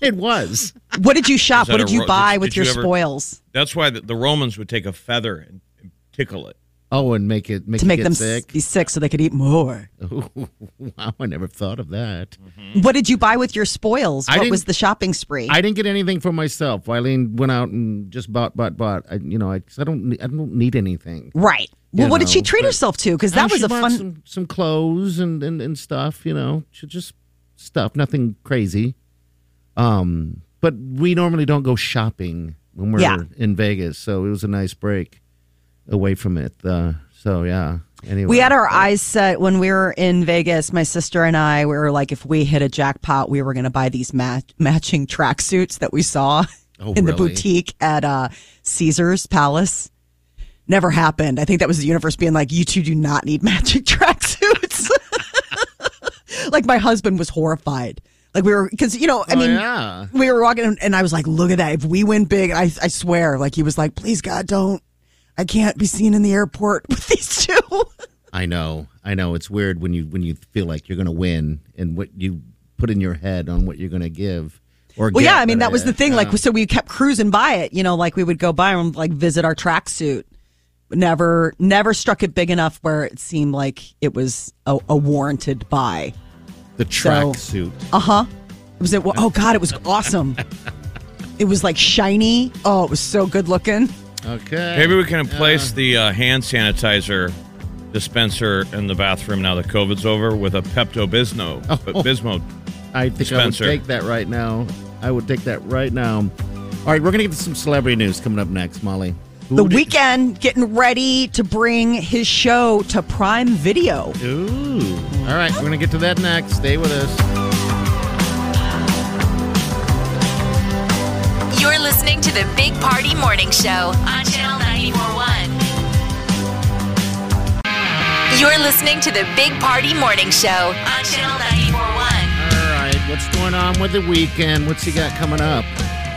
Speaker 3: it was.
Speaker 4: What did you shop?
Speaker 5: that
Speaker 4: What did
Speaker 5: a
Speaker 4: you
Speaker 5: ro-
Speaker 4: buy
Speaker 5: did-
Speaker 4: with
Speaker 5: did
Speaker 4: your
Speaker 5: you ever-
Speaker 4: spoils?
Speaker 5: That's why the, the Romans would take a feather and, and tickle it.
Speaker 3: Oh, and make it make
Speaker 4: to
Speaker 3: it
Speaker 4: make
Speaker 3: get
Speaker 4: them s-
Speaker 3: sick. (laughs)
Speaker 4: be sick so they could eat more.
Speaker 3: wow, I never thought of that.
Speaker 4: What did you buy with your spoils?
Speaker 3: Mm. I
Speaker 4: What
Speaker 3: didn't-
Speaker 4: was the shopping spree?
Speaker 3: I didn't get anything for myself. Eileen went out and just bought, bought, bought. I, you know, I, 'cause I don't, ne- I don't need anything.
Speaker 4: right. Well,
Speaker 3: You
Speaker 4: what did she
Speaker 3: know,
Speaker 4: treat
Speaker 3: but-
Speaker 4: herself to? Because that
Speaker 3: And
Speaker 4: was
Speaker 3: she
Speaker 4: a
Speaker 3: bought
Speaker 4: fun.
Speaker 3: some, some clothes and, and and stuff. You know, she just stuff, nothing crazy. Um, but we normally don't go shopping when we're
Speaker 4: Yeah.
Speaker 3: in Vegas, so it was a nice break away from it. Uh, so yeah. Anyway,
Speaker 4: We had our eyes set when we were in Vegas. My sister and I, we were like, if we hit a jackpot, we were going to buy these match- matching (laughs) tracksuits that we saw
Speaker 3: Oh,
Speaker 4: in the
Speaker 3: really?
Speaker 4: boutique at uh, Caesar's Palace. Never (laughs) happened. I think that was the universe being like, you two do not need matching tracksuits. (laughs) like my husband was horrified. Like we were, because you know, I
Speaker 3: Oh,
Speaker 4: mean,
Speaker 3: yeah.
Speaker 4: we were walking, and- and I was like, "Look at that! If we win big, I, I swear!" Like he was like, "Please God, don't! I can't be seen in the airport (laughs) with these two.
Speaker 3: I know, I know. It's weird when you when you feel like you're going to win and what you put in your head on what you're going to give. Or
Speaker 4: Well,
Speaker 3: get,
Speaker 4: yeah, I mean,
Speaker 3: but
Speaker 4: that was the thing.
Speaker 3: yeah.
Speaker 4: Like, so we kept cruising by it, you know, like we would go by and like visit our tracksuit. Never, never struck it big enough where it seemed like it was a, a warranted buy.
Speaker 3: the track suit.
Speaker 4: Uh huh. It was it. Well, oh God, it was
Speaker 3: (laughs)
Speaker 4: awesome. it was like shiny. Oh, it was so good looking.
Speaker 3: Okay.
Speaker 5: Maybe we can place the uh, hand sanitizer dispenser in the bathroom now that COVID's over with a Pepto Bismol. Bismol.
Speaker 3: I think
Speaker 5: Dispenser.
Speaker 3: I would take that right now. I would take that right now. All right, we're going to get to some celebrity news coming up next, Molly. Who
Speaker 4: the
Speaker 3: did-
Speaker 4: weekend getting ready to bring his show to Prime Video.
Speaker 3: Ooh. All right, we're going to get to that next. Stay with us.
Speaker 2: You're listening to the Big Party Morning Show on Channel 941. You're listening to the Big Party Morning Show on Channel 941.
Speaker 3: All right, what's going on with the weekend? What's he got coming up?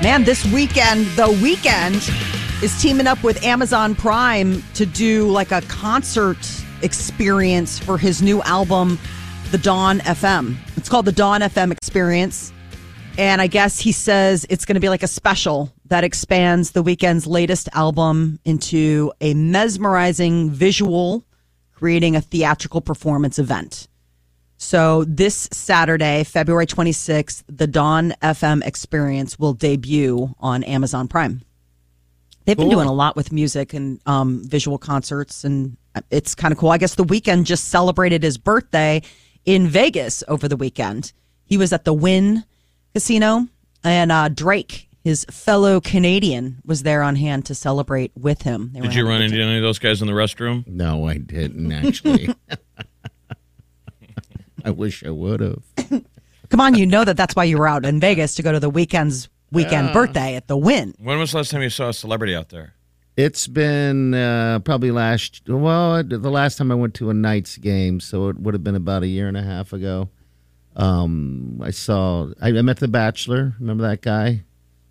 Speaker 4: Man, this weekend, The Weekend is teaming up with Amazon Prime to do like a concert experience for his new album, The Dawn FM. It's called The Dawn FM Experience. And I guess he says it's going to be like a special that expands The Weekend's latest album into a mesmerizing visual, creating a theatrical performance event. So this Saturday, February 26th, the Dawn FM Experience will debut on Amazon Prime. They've been
Speaker 9: Cool.
Speaker 4: doing a lot with music and um, visual concerts, and uh, it's kind of cool. I guess the weekend just celebrated his birthday in Vegas over the weekend. He was at the Wynn Casino, and uh, Drake, his fellow Canadian, was there on hand to celebrate with him. They were
Speaker 5: Did you run into any of those guys in the restroom?
Speaker 3: No, I didn't actually. I wish I would have.
Speaker 4: Come on, you know that that's why you were out in Vegas to go to the weekend's weekend
Speaker 5: Yeah.
Speaker 4: birthday at the Win.
Speaker 5: When was the last time you saw a celebrity out there?
Speaker 3: It's been uh, probably last well the last time I went to a Knights game, so it would have been about a year and a half ago. Um, I saw I, I met the Bachelor. Remember that guy?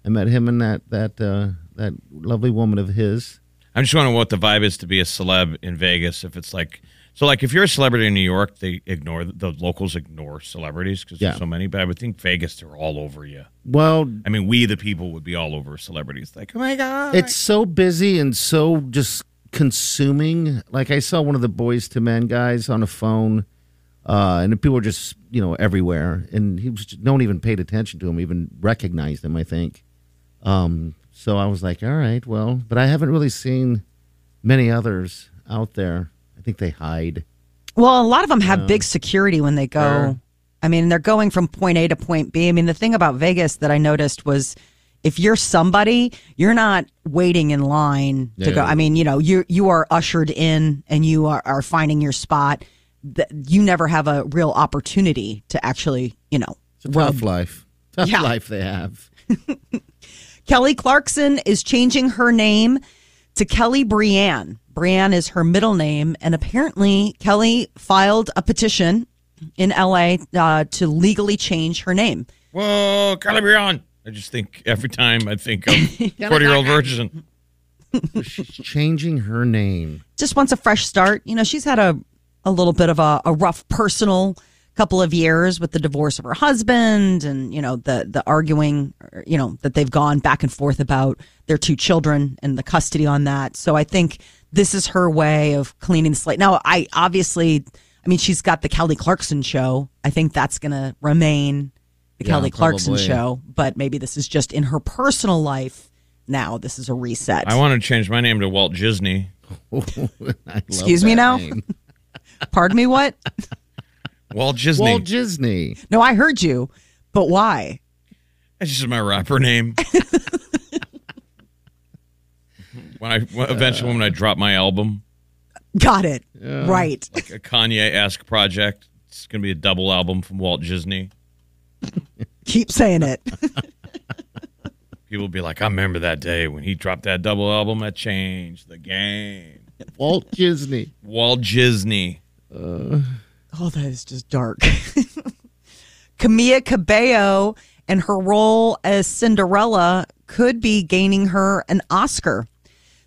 Speaker 3: I met him and that that uh, that lovely woman of his.
Speaker 5: I'm just wondering what the vibe is to be a celeb in Vegas. If it's like, so like if you're a celebrity in New York, they ignore the locals ignore celebrities because
Speaker 3: Yeah.
Speaker 5: there's so many. But I would think Vegas, they're all over you.
Speaker 3: Well,
Speaker 5: I mean, we the people would be all over celebrities. Like, oh my god,
Speaker 3: It's so busy and so just consuming. Like I saw one of the boys to men guys on a phone, uh, and people were just you know everywhere, and he was no one even paid attention to him, even recognized him. I think. Um, so I was like, all right, well, but I haven't really seen many others out there. I think they hide.
Speaker 4: Well, a lot of them have
Speaker 3: Yeah.
Speaker 4: big security when they go.
Speaker 3: Sure.
Speaker 4: I mean, they're going from point A to point B. I mean, the thing about Vegas that I noticed was if you're somebody, you're not waiting in line to go.
Speaker 10: No.
Speaker 4: I mean, you know, you you are ushered in and you are, are finding your spot. That you never have a real opportunity to actually, you know,
Speaker 3: Tough life, tough
Speaker 4: Yeah.
Speaker 3: life they have.
Speaker 4: Kelly Clarkson is changing her name to Kelly Brianne. Brianne is her middle name, and apparently Kelly filed a petition in LA uh, to legally change her name.
Speaker 5: whoa, Calabrian. I just think every time I think of forty year old virgin.
Speaker 3: Changing her name.
Speaker 4: Just wants a fresh start. You know, she's had a a little bit of a, a rough personal couple of years with the divorce of her husband, and you know the the arguing, or, you know that they've gone back and forth about their two children and the custody on that. So I think this is her way of cleaning the slate. Now, I obviously, I mean, she's got the Kelly Clarkson show. I think that's going to remain the
Speaker 3: Yeah,
Speaker 4: Kelly Clarkson
Speaker 3: probably.
Speaker 4: show, but maybe this is just in her personal life. Now this is a reset.
Speaker 5: I want to change my name to Walt Disney.
Speaker 4: Excuse me now. Pardon me. What?
Speaker 5: Walt Disney.
Speaker 4: Walt
Speaker 3: Disney.
Speaker 4: No, I heard you, but why?
Speaker 5: That's just my rapper name. when I when, eventually when I drop my album,
Speaker 4: Got it. Right.
Speaker 5: like a Kanye esque project, it's gonna be a double album from Walt Disney.
Speaker 4: Keep saying it. (laughs)
Speaker 5: People will be like, I remember that day when he dropped that double album. That changed the game.
Speaker 3: Walt Disney.
Speaker 5: Walt Disney.
Speaker 4: oh, that is just dark. (laughs) Camilla Cabello and her role as Cinderella could be gaining her an Oscar.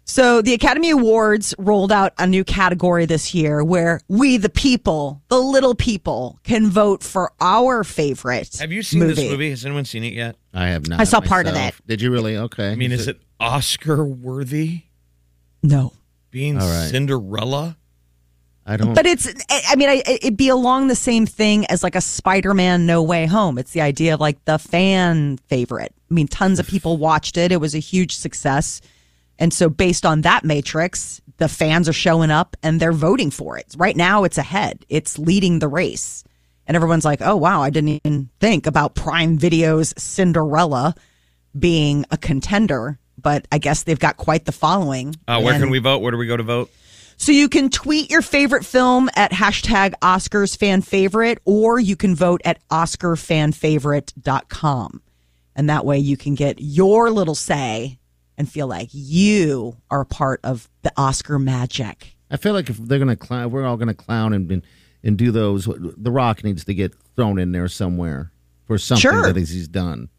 Speaker 4: So the Academy Awards rolled out a new category this year where we, the people, the little people, can vote for our favorite.
Speaker 5: Have you seen this movie? Has anyone seen it yet?
Speaker 3: I have not.
Speaker 4: I saw part of
Speaker 3: myself. Did you really? Okay.
Speaker 5: I mean, is it Oscar worthy?
Speaker 4: No.
Speaker 5: Being
Speaker 3: All right.
Speaker 5: Cinderella?
Speaker 3: I don't.
Speaker 4: But it's, I I mean, I, it'd be along the same thing as like a Spider Man No Way Home. It's the idea of like the fan favorite. I mean, tons of people watched it, it was a huge success. And so, based on that matrix, the fans are showing up and they're voting for it. Right now, it's ahead, it's leading the race. And everyone's like, oh, wow, I didn't even think about Prime Video's Cinderella being a contender. But I guess they've got quite the following.
Speaker 5: Uh, where
Speaker 4: And-
Speaker 5: can we vote? Where do we go to vote?
Speaker 4: so you can tweet your favorite film at hashtag Oscars fan favorite, or you can vote at OscarFanFavorite.com. And that way you can get your little say and feel like you are a part of the Oscar magic.
Speaker 3: I feel like if they're gonna clown, we're all gonna clown and and, and do those. The Rock needs to get thrown in there somewhere for something
Speaker 4: Sure.
Speaker 3: that he's done.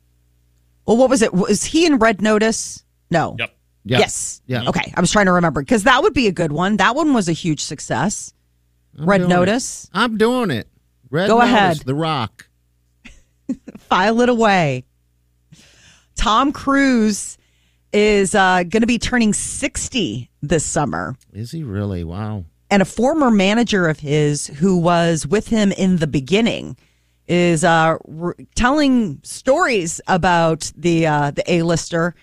Speaker 4: Well, what was it? Was he in Red Notice? No.
Speaker 5: Yep.
Speaker 3: Yeah.
Speaker 4: Yes.
Speaker 3: Yeah.
Speaker 4: Okay. I was trying to remember because that would be a good one. That one was a huge success.
Speaker 3: I'm
Speaker 4: Red
Speaker 3: doing it.
Speaker 4: Notice.
Speaker 3: I'm doing it. Red
Speaker 4: Go
Speaker 3: Notice,
Speaker 4: ahead.
Speaker 3: The Rock.
Speaker 4: file it away. Tom Cruise is uh, going to be turning 60 this summer.
Speaker 3: Is he really? Wow.
Speaker 4: And a former manager of his who was with him in the beginning is uh, r telling stories about the, uh, the A-lister,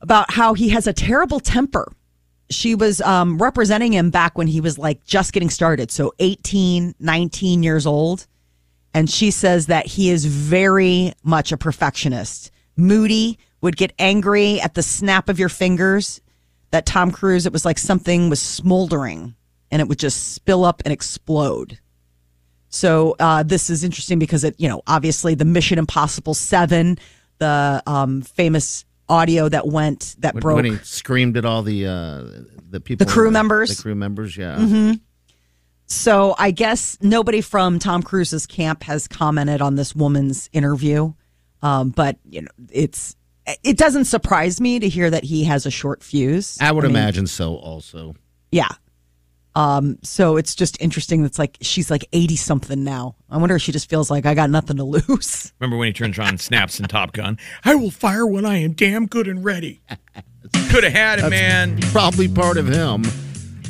Speaker 4: about how he has a terrible temper. She was um, representing him back when he was like just getting started. So 18, 19 years old and she says that he is very much a perfectionist. Moody would get angry at the snap of your fingers. That Tom Cruise, it was like something was smoldering and it would just spill up and explode. So uh, this is interesting because it, you know, obviously the Mission Impossible Seven, the um, famous audio that went that
Speaker 3: When,
Speaker 4: broke.
Speaker 3: when he screamed at all the uh, the people,
Speaker 4: crew members. Mm-hmm.
Speaker 3: the crew members. Yeah.
Speaker 4: So I guess nobody from Tom Cruise's camp has commented on this woman's interview, um, but you know it's it doesn't surprise me to hear that he has a short fuse.
Speaker 3: I would
Speaker 4: mean,
Speaker 3: imagine so. Also.
Speaker 4: yeah. Um, so it's just interesting. That's like she's like eighty something now. I wonder if she just feels like I got nothing to lose. (laughs)
Speaker 5: Remember when he turns around and snaps in Top Gun? I will fire when I am damn good and ready.
Speaker 3: (laughs)
Speaker 5: Could have had it, man.
Speaker 3: probably part of him.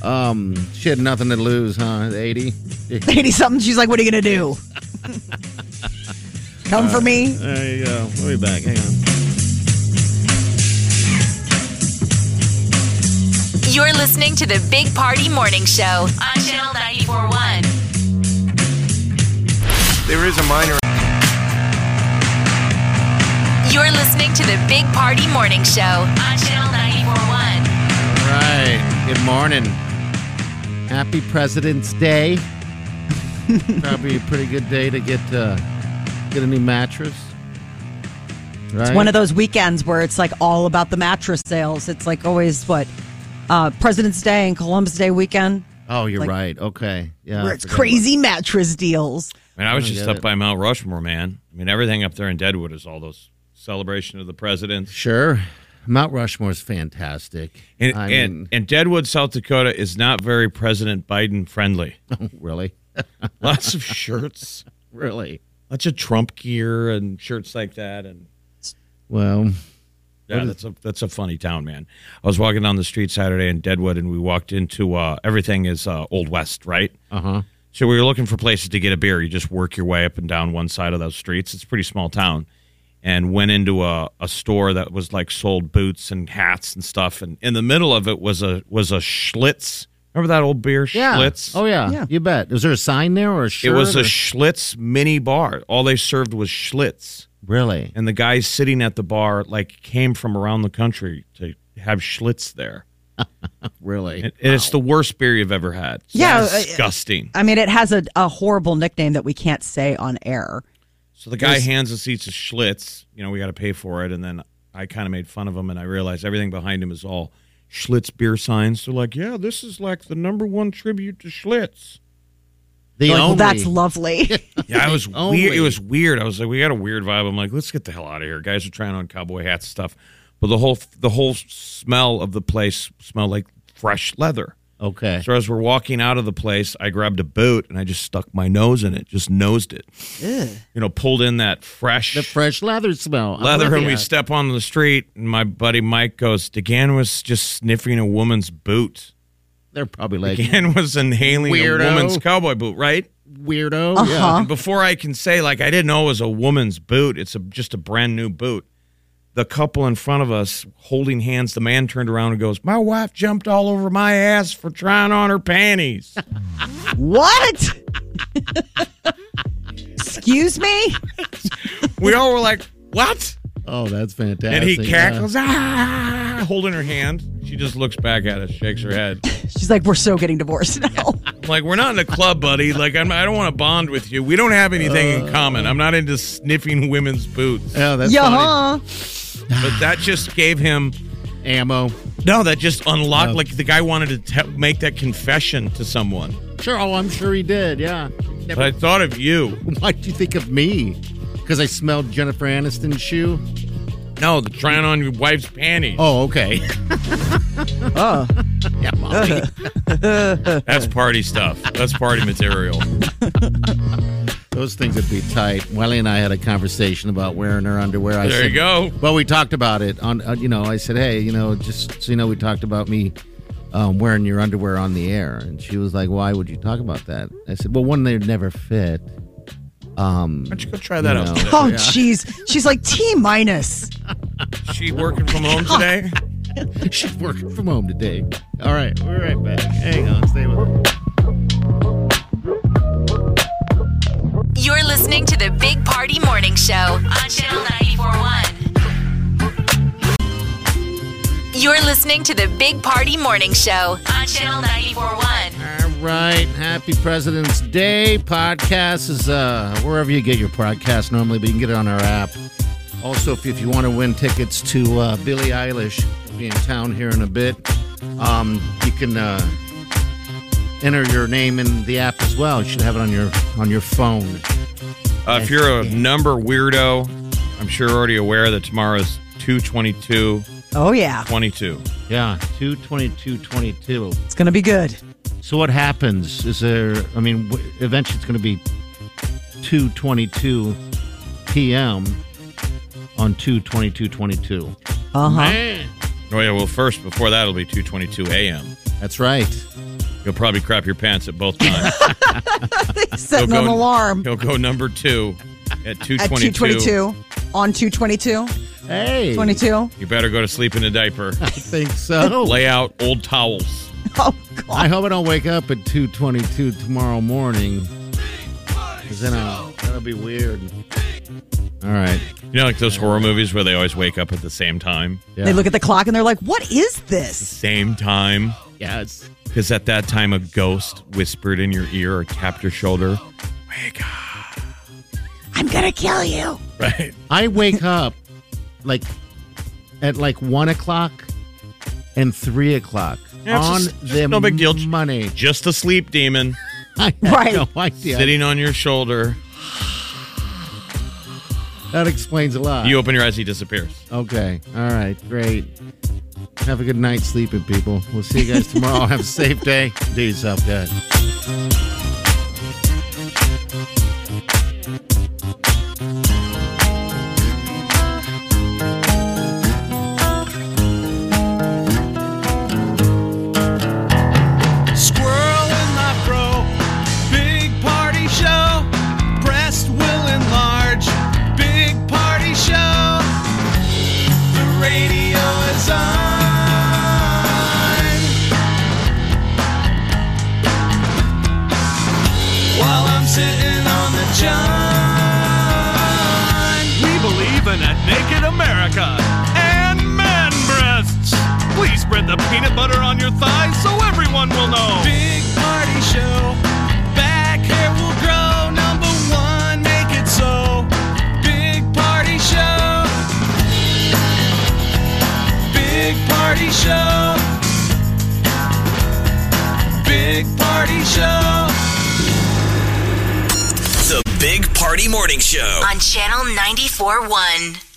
Speaker 3: Um, she had nothing to lose, huh? Eighty.
Speaker 4: Eighty something. She's like, what are you gonna do? (laughs) Come for me.
Speaker 3: There you go. uh, We'll be back. Hang on.
Speaker 2: You're listening to the Big Party Morning Show on Channel 941.
Speaker 8: There is a minor.
Speaker 2: You're listening to the Big Party Morning Show on Channel 941.
Speaker 3: All right. Good morning. Happy President's
Speaker 4: (laughs)
Speaker 3: Day. probably a pretty good day to get uh, get a new mattress. Right?
Speaker 4: It's one of those weekends where it's like all about the mattress sales. It's like always what uh, President's Day and Columbus Day weekend.
Speaker 3: Oh, you're
Speaker 4: like-
Speaker 3: right. Okay. Yeah.
Speaker 4: where
Speaker 3: I
Speaker 4: it's
Speaker 3: forgot
Speaker 4: crazy mattress deals.
Speaker 5: I mean, I was
Speaker 3: I
Speaker 5: just
Speaker 3: get
Speaker 5: up
Speaker 3: it.
Speaker 5: by Mount Rushmore, man. I mean, everything up there in Deadwood is all those celebration of the presidents.
Speaker 3: Sure. Mount Rushmore's fantastic.
Speaker 5: And,
Speaker 3: I
Speaker 5: and,
Speaker 3: mean,
Speaker 5: and Deadwood, South Dakota is not very President Biden
Speaker 3: (laughs)
Speaker 5: friendly.
Speaker 3: really?
Speaker 5: Lots of shirts,
Speaker 3: Really?
Speaker 5: lots of Trump gear and shirts like that. And
Speaker 3: Well,
Speaker 5: yeah, that's a, that's a funny town, man. I was walking down the street Saturday in Deadwood and we walked into uh, everything is uh, Old West, right?
Speaker 3: uh huh.
Speaker 5: So we were looking for places to get a beer. You just work your way up and down one side of those streets. It's a pretty small town. And went into a, a store that was like sold boots and hats and stuff. And in the middle of it was a was a Schlitz. Remember that old beer
Speaker 3: Yeah.
Speaker 5: Schlitz?
Speaker 3: Oh, yeah.
Speaker 4: Yeah.
Speaker 3: You bet. Was there a sign there or a
Speaker 5: It
Speaker 3: shirt?
Speaker 5: was a
Speaker 3: or-
Speaker 5: Schlitz mini bar. All they served was Schlitz.
Speaker 3: really?
Speaker 5: And the guys sitting at the bar like came from around the country to have Schlitz there.
Speaker 3: Really?
Speaker 5: And it's the worst beer you've ever had. It's
Speaker 3: uh,
Speaker 4: Yeah, I-
Speaker 5: disgusting.
Speaker 4: I mean, it has a, a horrible nickname that we can't say on air.
Speaker 5: So the guy
Speaker 3: There's-
Speaker 5: hands us each a Schlitz. You know, we got to pay for it. And then I kind of made fun of him, and I realized everything behind him is all Schlitz beer signs. They're like, yeah, this is like the number one tribute to Schlitz.
Speaker 3: The
Speaker 4: You're like, well,
Speaker 3: only-
Speaker 4: that's lovely. (laughs)
Speaker 5: Yeah, I (laughs) was
Speaker 3: Only.
Speaker 5: weird. It was weird. I was like, we got a weird vibe. I'm like, let's get the hell out of here. Guys are trying on cowboy hats and stuff, but the whole the whole smell of the place smelled like fresh leather.
Speaker 3: Okay.
Speaker 5: So as we're walking out of the place, I grabbed a boot and I just stuck my nose in it, just nosed it. You know, pulled in that fresh
Speaker 3: The fresh leather smell. I'm
Speaker 5: leather,
Speaker 3: with
Speaker 5: and we
Speaker 3: ya.
Speaker 5: step on the street. And my buddy Mike goes, DeGan was just sniffing a woman's boot.
Speaker 3: They're probably like
Speaker 5: DeGan was inhaling
Speaker 3: Weirdo.
Speaker 5: a woman's cowboy boot, right?
Speaker 3: weirdo.
Speaker 4: Uh-huh.
Speaker 5: And before I can say, like, I didn't know it was a woman's boot, it's a, just a brand new boot. The couple in front of us holding hands, the man turned around and goes, My wife jumped all over my ass for trying on her panties.
Speaker 4: what? Excuse me?
Speaker 5: we all were like, What?
Speaker 3: Yeah. Oh, that's fantastic.
Speaker 5: And he
Speaker 3: yeah.
Speaker 5: cackles, ah, holding her hand. She just looks back at us, shakes her head.
Speaker 4: She's like, we're so getting divorced now.
Speaker 5: I'm like, we're not in a club, buddy. Like, I'm, I don't want to bond with you. We don't have anything in common. I'm not into sniffing women's (sighs) boots.
Speaker 3: Yeah, that's
Speaker 4: Yeah,
Speaker 3: funny.
Speaker 4: huh?
Speaker 5: But that just gave him.
Speaker 3: Ammo.
Speaker 5: No, that just unlocked.
Speaker 3: Oh.
Speaker 5: Like the guy wanted to te- make that confession to someone.
Speaker 3: Sure. Oh, I'm sure he did. Yeah.
Speaker 5: But I thought of you.
Speaker 3: Why'd you think of me? Because I smelled Jennifer Aniston's shoe.
Speaker 5: No, the trying on your wife's panties.
Speaker 3: Oh, okay. (laughs)
Speaker 4: Oh.
Speaker 3: yeah, Molly.
Speaker 5: That's party stuff. That's party material.
Speaker 3: Those things would be tight. Wiley and I had a conversation about wearing her underwear. I
Speaker 5: There
Speaker 3: said,
Speaker 5: you go.
Speaker 3: Well, we talked about it on, uh, you know, I said, hey, you know, just so you know, we talked about me um, wearing your underwear on the air. And she was like, why would you talk about that? I said, well, one, they'd never fit. Um,
Speaker 5: Why don't you go try that out?
Speaker 3: No.
Speaker 5: today?
Speaker 4: Oh, jeez. She's like, T minus.
Speaker 5: Is She working from home (laughs) today?
Speaker 3: she's working from home today. All right, we're right back. Hang on, stay with us.
Speaker 2: You're listening to the Big Party Morning Show on Channel 941. You're listening to the Big Party Morning Show on Channel 941.
Speaker 3: All right, happy President's Day. Podcast is uh, wherever you get your podcast normally, but you can get it on our app. Also, if, if you want to win tickets to uh, Billie Eilish, she'll be in town here in a bit, um, you can uh, enter your name in the app as well. You should have it on your on your phone.
Speaker 5: Uh, if you're a number weirdo, I'm sure you're already aware that tomorrow's 222
Speaker 4: Oh, yeah.
Speaker 5: 22.
Speaker 3: Yeah, two twenty two twenty two.
Speaker 4: It's going to be good.
Speaker 3: So what happens? Is there? I mean, w- eventually it's going to be two twenty two p.m. on two twenty two twenty two.
Speaker 4: Uh huh.
Speaker 5: Oh, yeah. Well, first, before that, it'll be 222 a.m.
Speaker 3: That's right.
Speaker 5: You'll probably crap your pants at
Speaker 4: (laughs)
Speaker 5: both times.
Speaker 4: Setting
Speaker 5: You'll
Speaker 4: an
Speaker 5: go-
Speaker 4: alarm
Speaker 5: You'll go number two at 222.
Speaker 4: at 222 on 222.
Speaker 3: Hey,
Speaker 4: 22.
Speaker 5: You better go to sleep in a diaper.
Speaker 3: I think
Speaker 5: (laughs)
Speaker 3: so.
Speaker 5: Lay out old towels.
Speaker 4: Oh, God.
Speaker 3: I hope I don't wake up at two twenty two tomorrow morning. 'Cause then I'll, that'll be weird. All right.
Speaker 5: You know, like those horror movies where they always wake up at the same time?
Speaker 3: Yeah.
Speaker 4: They look at the clock and they're like, what is this?
Speaker 5: Same time.
Speaker 3: Yes.
Speaker 5: Because at that time, a ghost whispered in your ear or tapped your shoulder. Wake up.
Speaker 4: I'm going to kill you.
Speaker 5: Right.
Speaker 3: I wake up like at like one o'clock and three o'clock
Speaker 5: Yeah, it's
Speaker 3: on
Speaker 5: just- just
Speaker 3: the
Speaker 5: no big deal.
Speaker 3: money. (laughs)
Speaker 5: Just a sleep demon
Speaker 3: I have
Speaker 4: Right.
Speaker 3: no idea.
Speaker 5: sitting on your shoulder.
Speaker 3: That explains a lot.
Speaker 5: You open your eyes, he disappears.
Speaker 3: okay. All right. Great. Have a good night sleeping, people. We'll see you guys tomorrow. (laughs) have a safe day. Do yourself good.
Speaker 1: Squirrel in my fro. Big party show. Breast will enlarge. Big party show. The radio is on. While I'm sitting on the john. We believe in a naked America and man breasts. Please spread the peanut butter on your thighs so everyone will know. Big party show. Back hair will grow. Number one, make it so. Big party show. Big party show. Big party show.
Speaker 6: Big Party Morning Show.
Speaker 2: on Channel 94.1.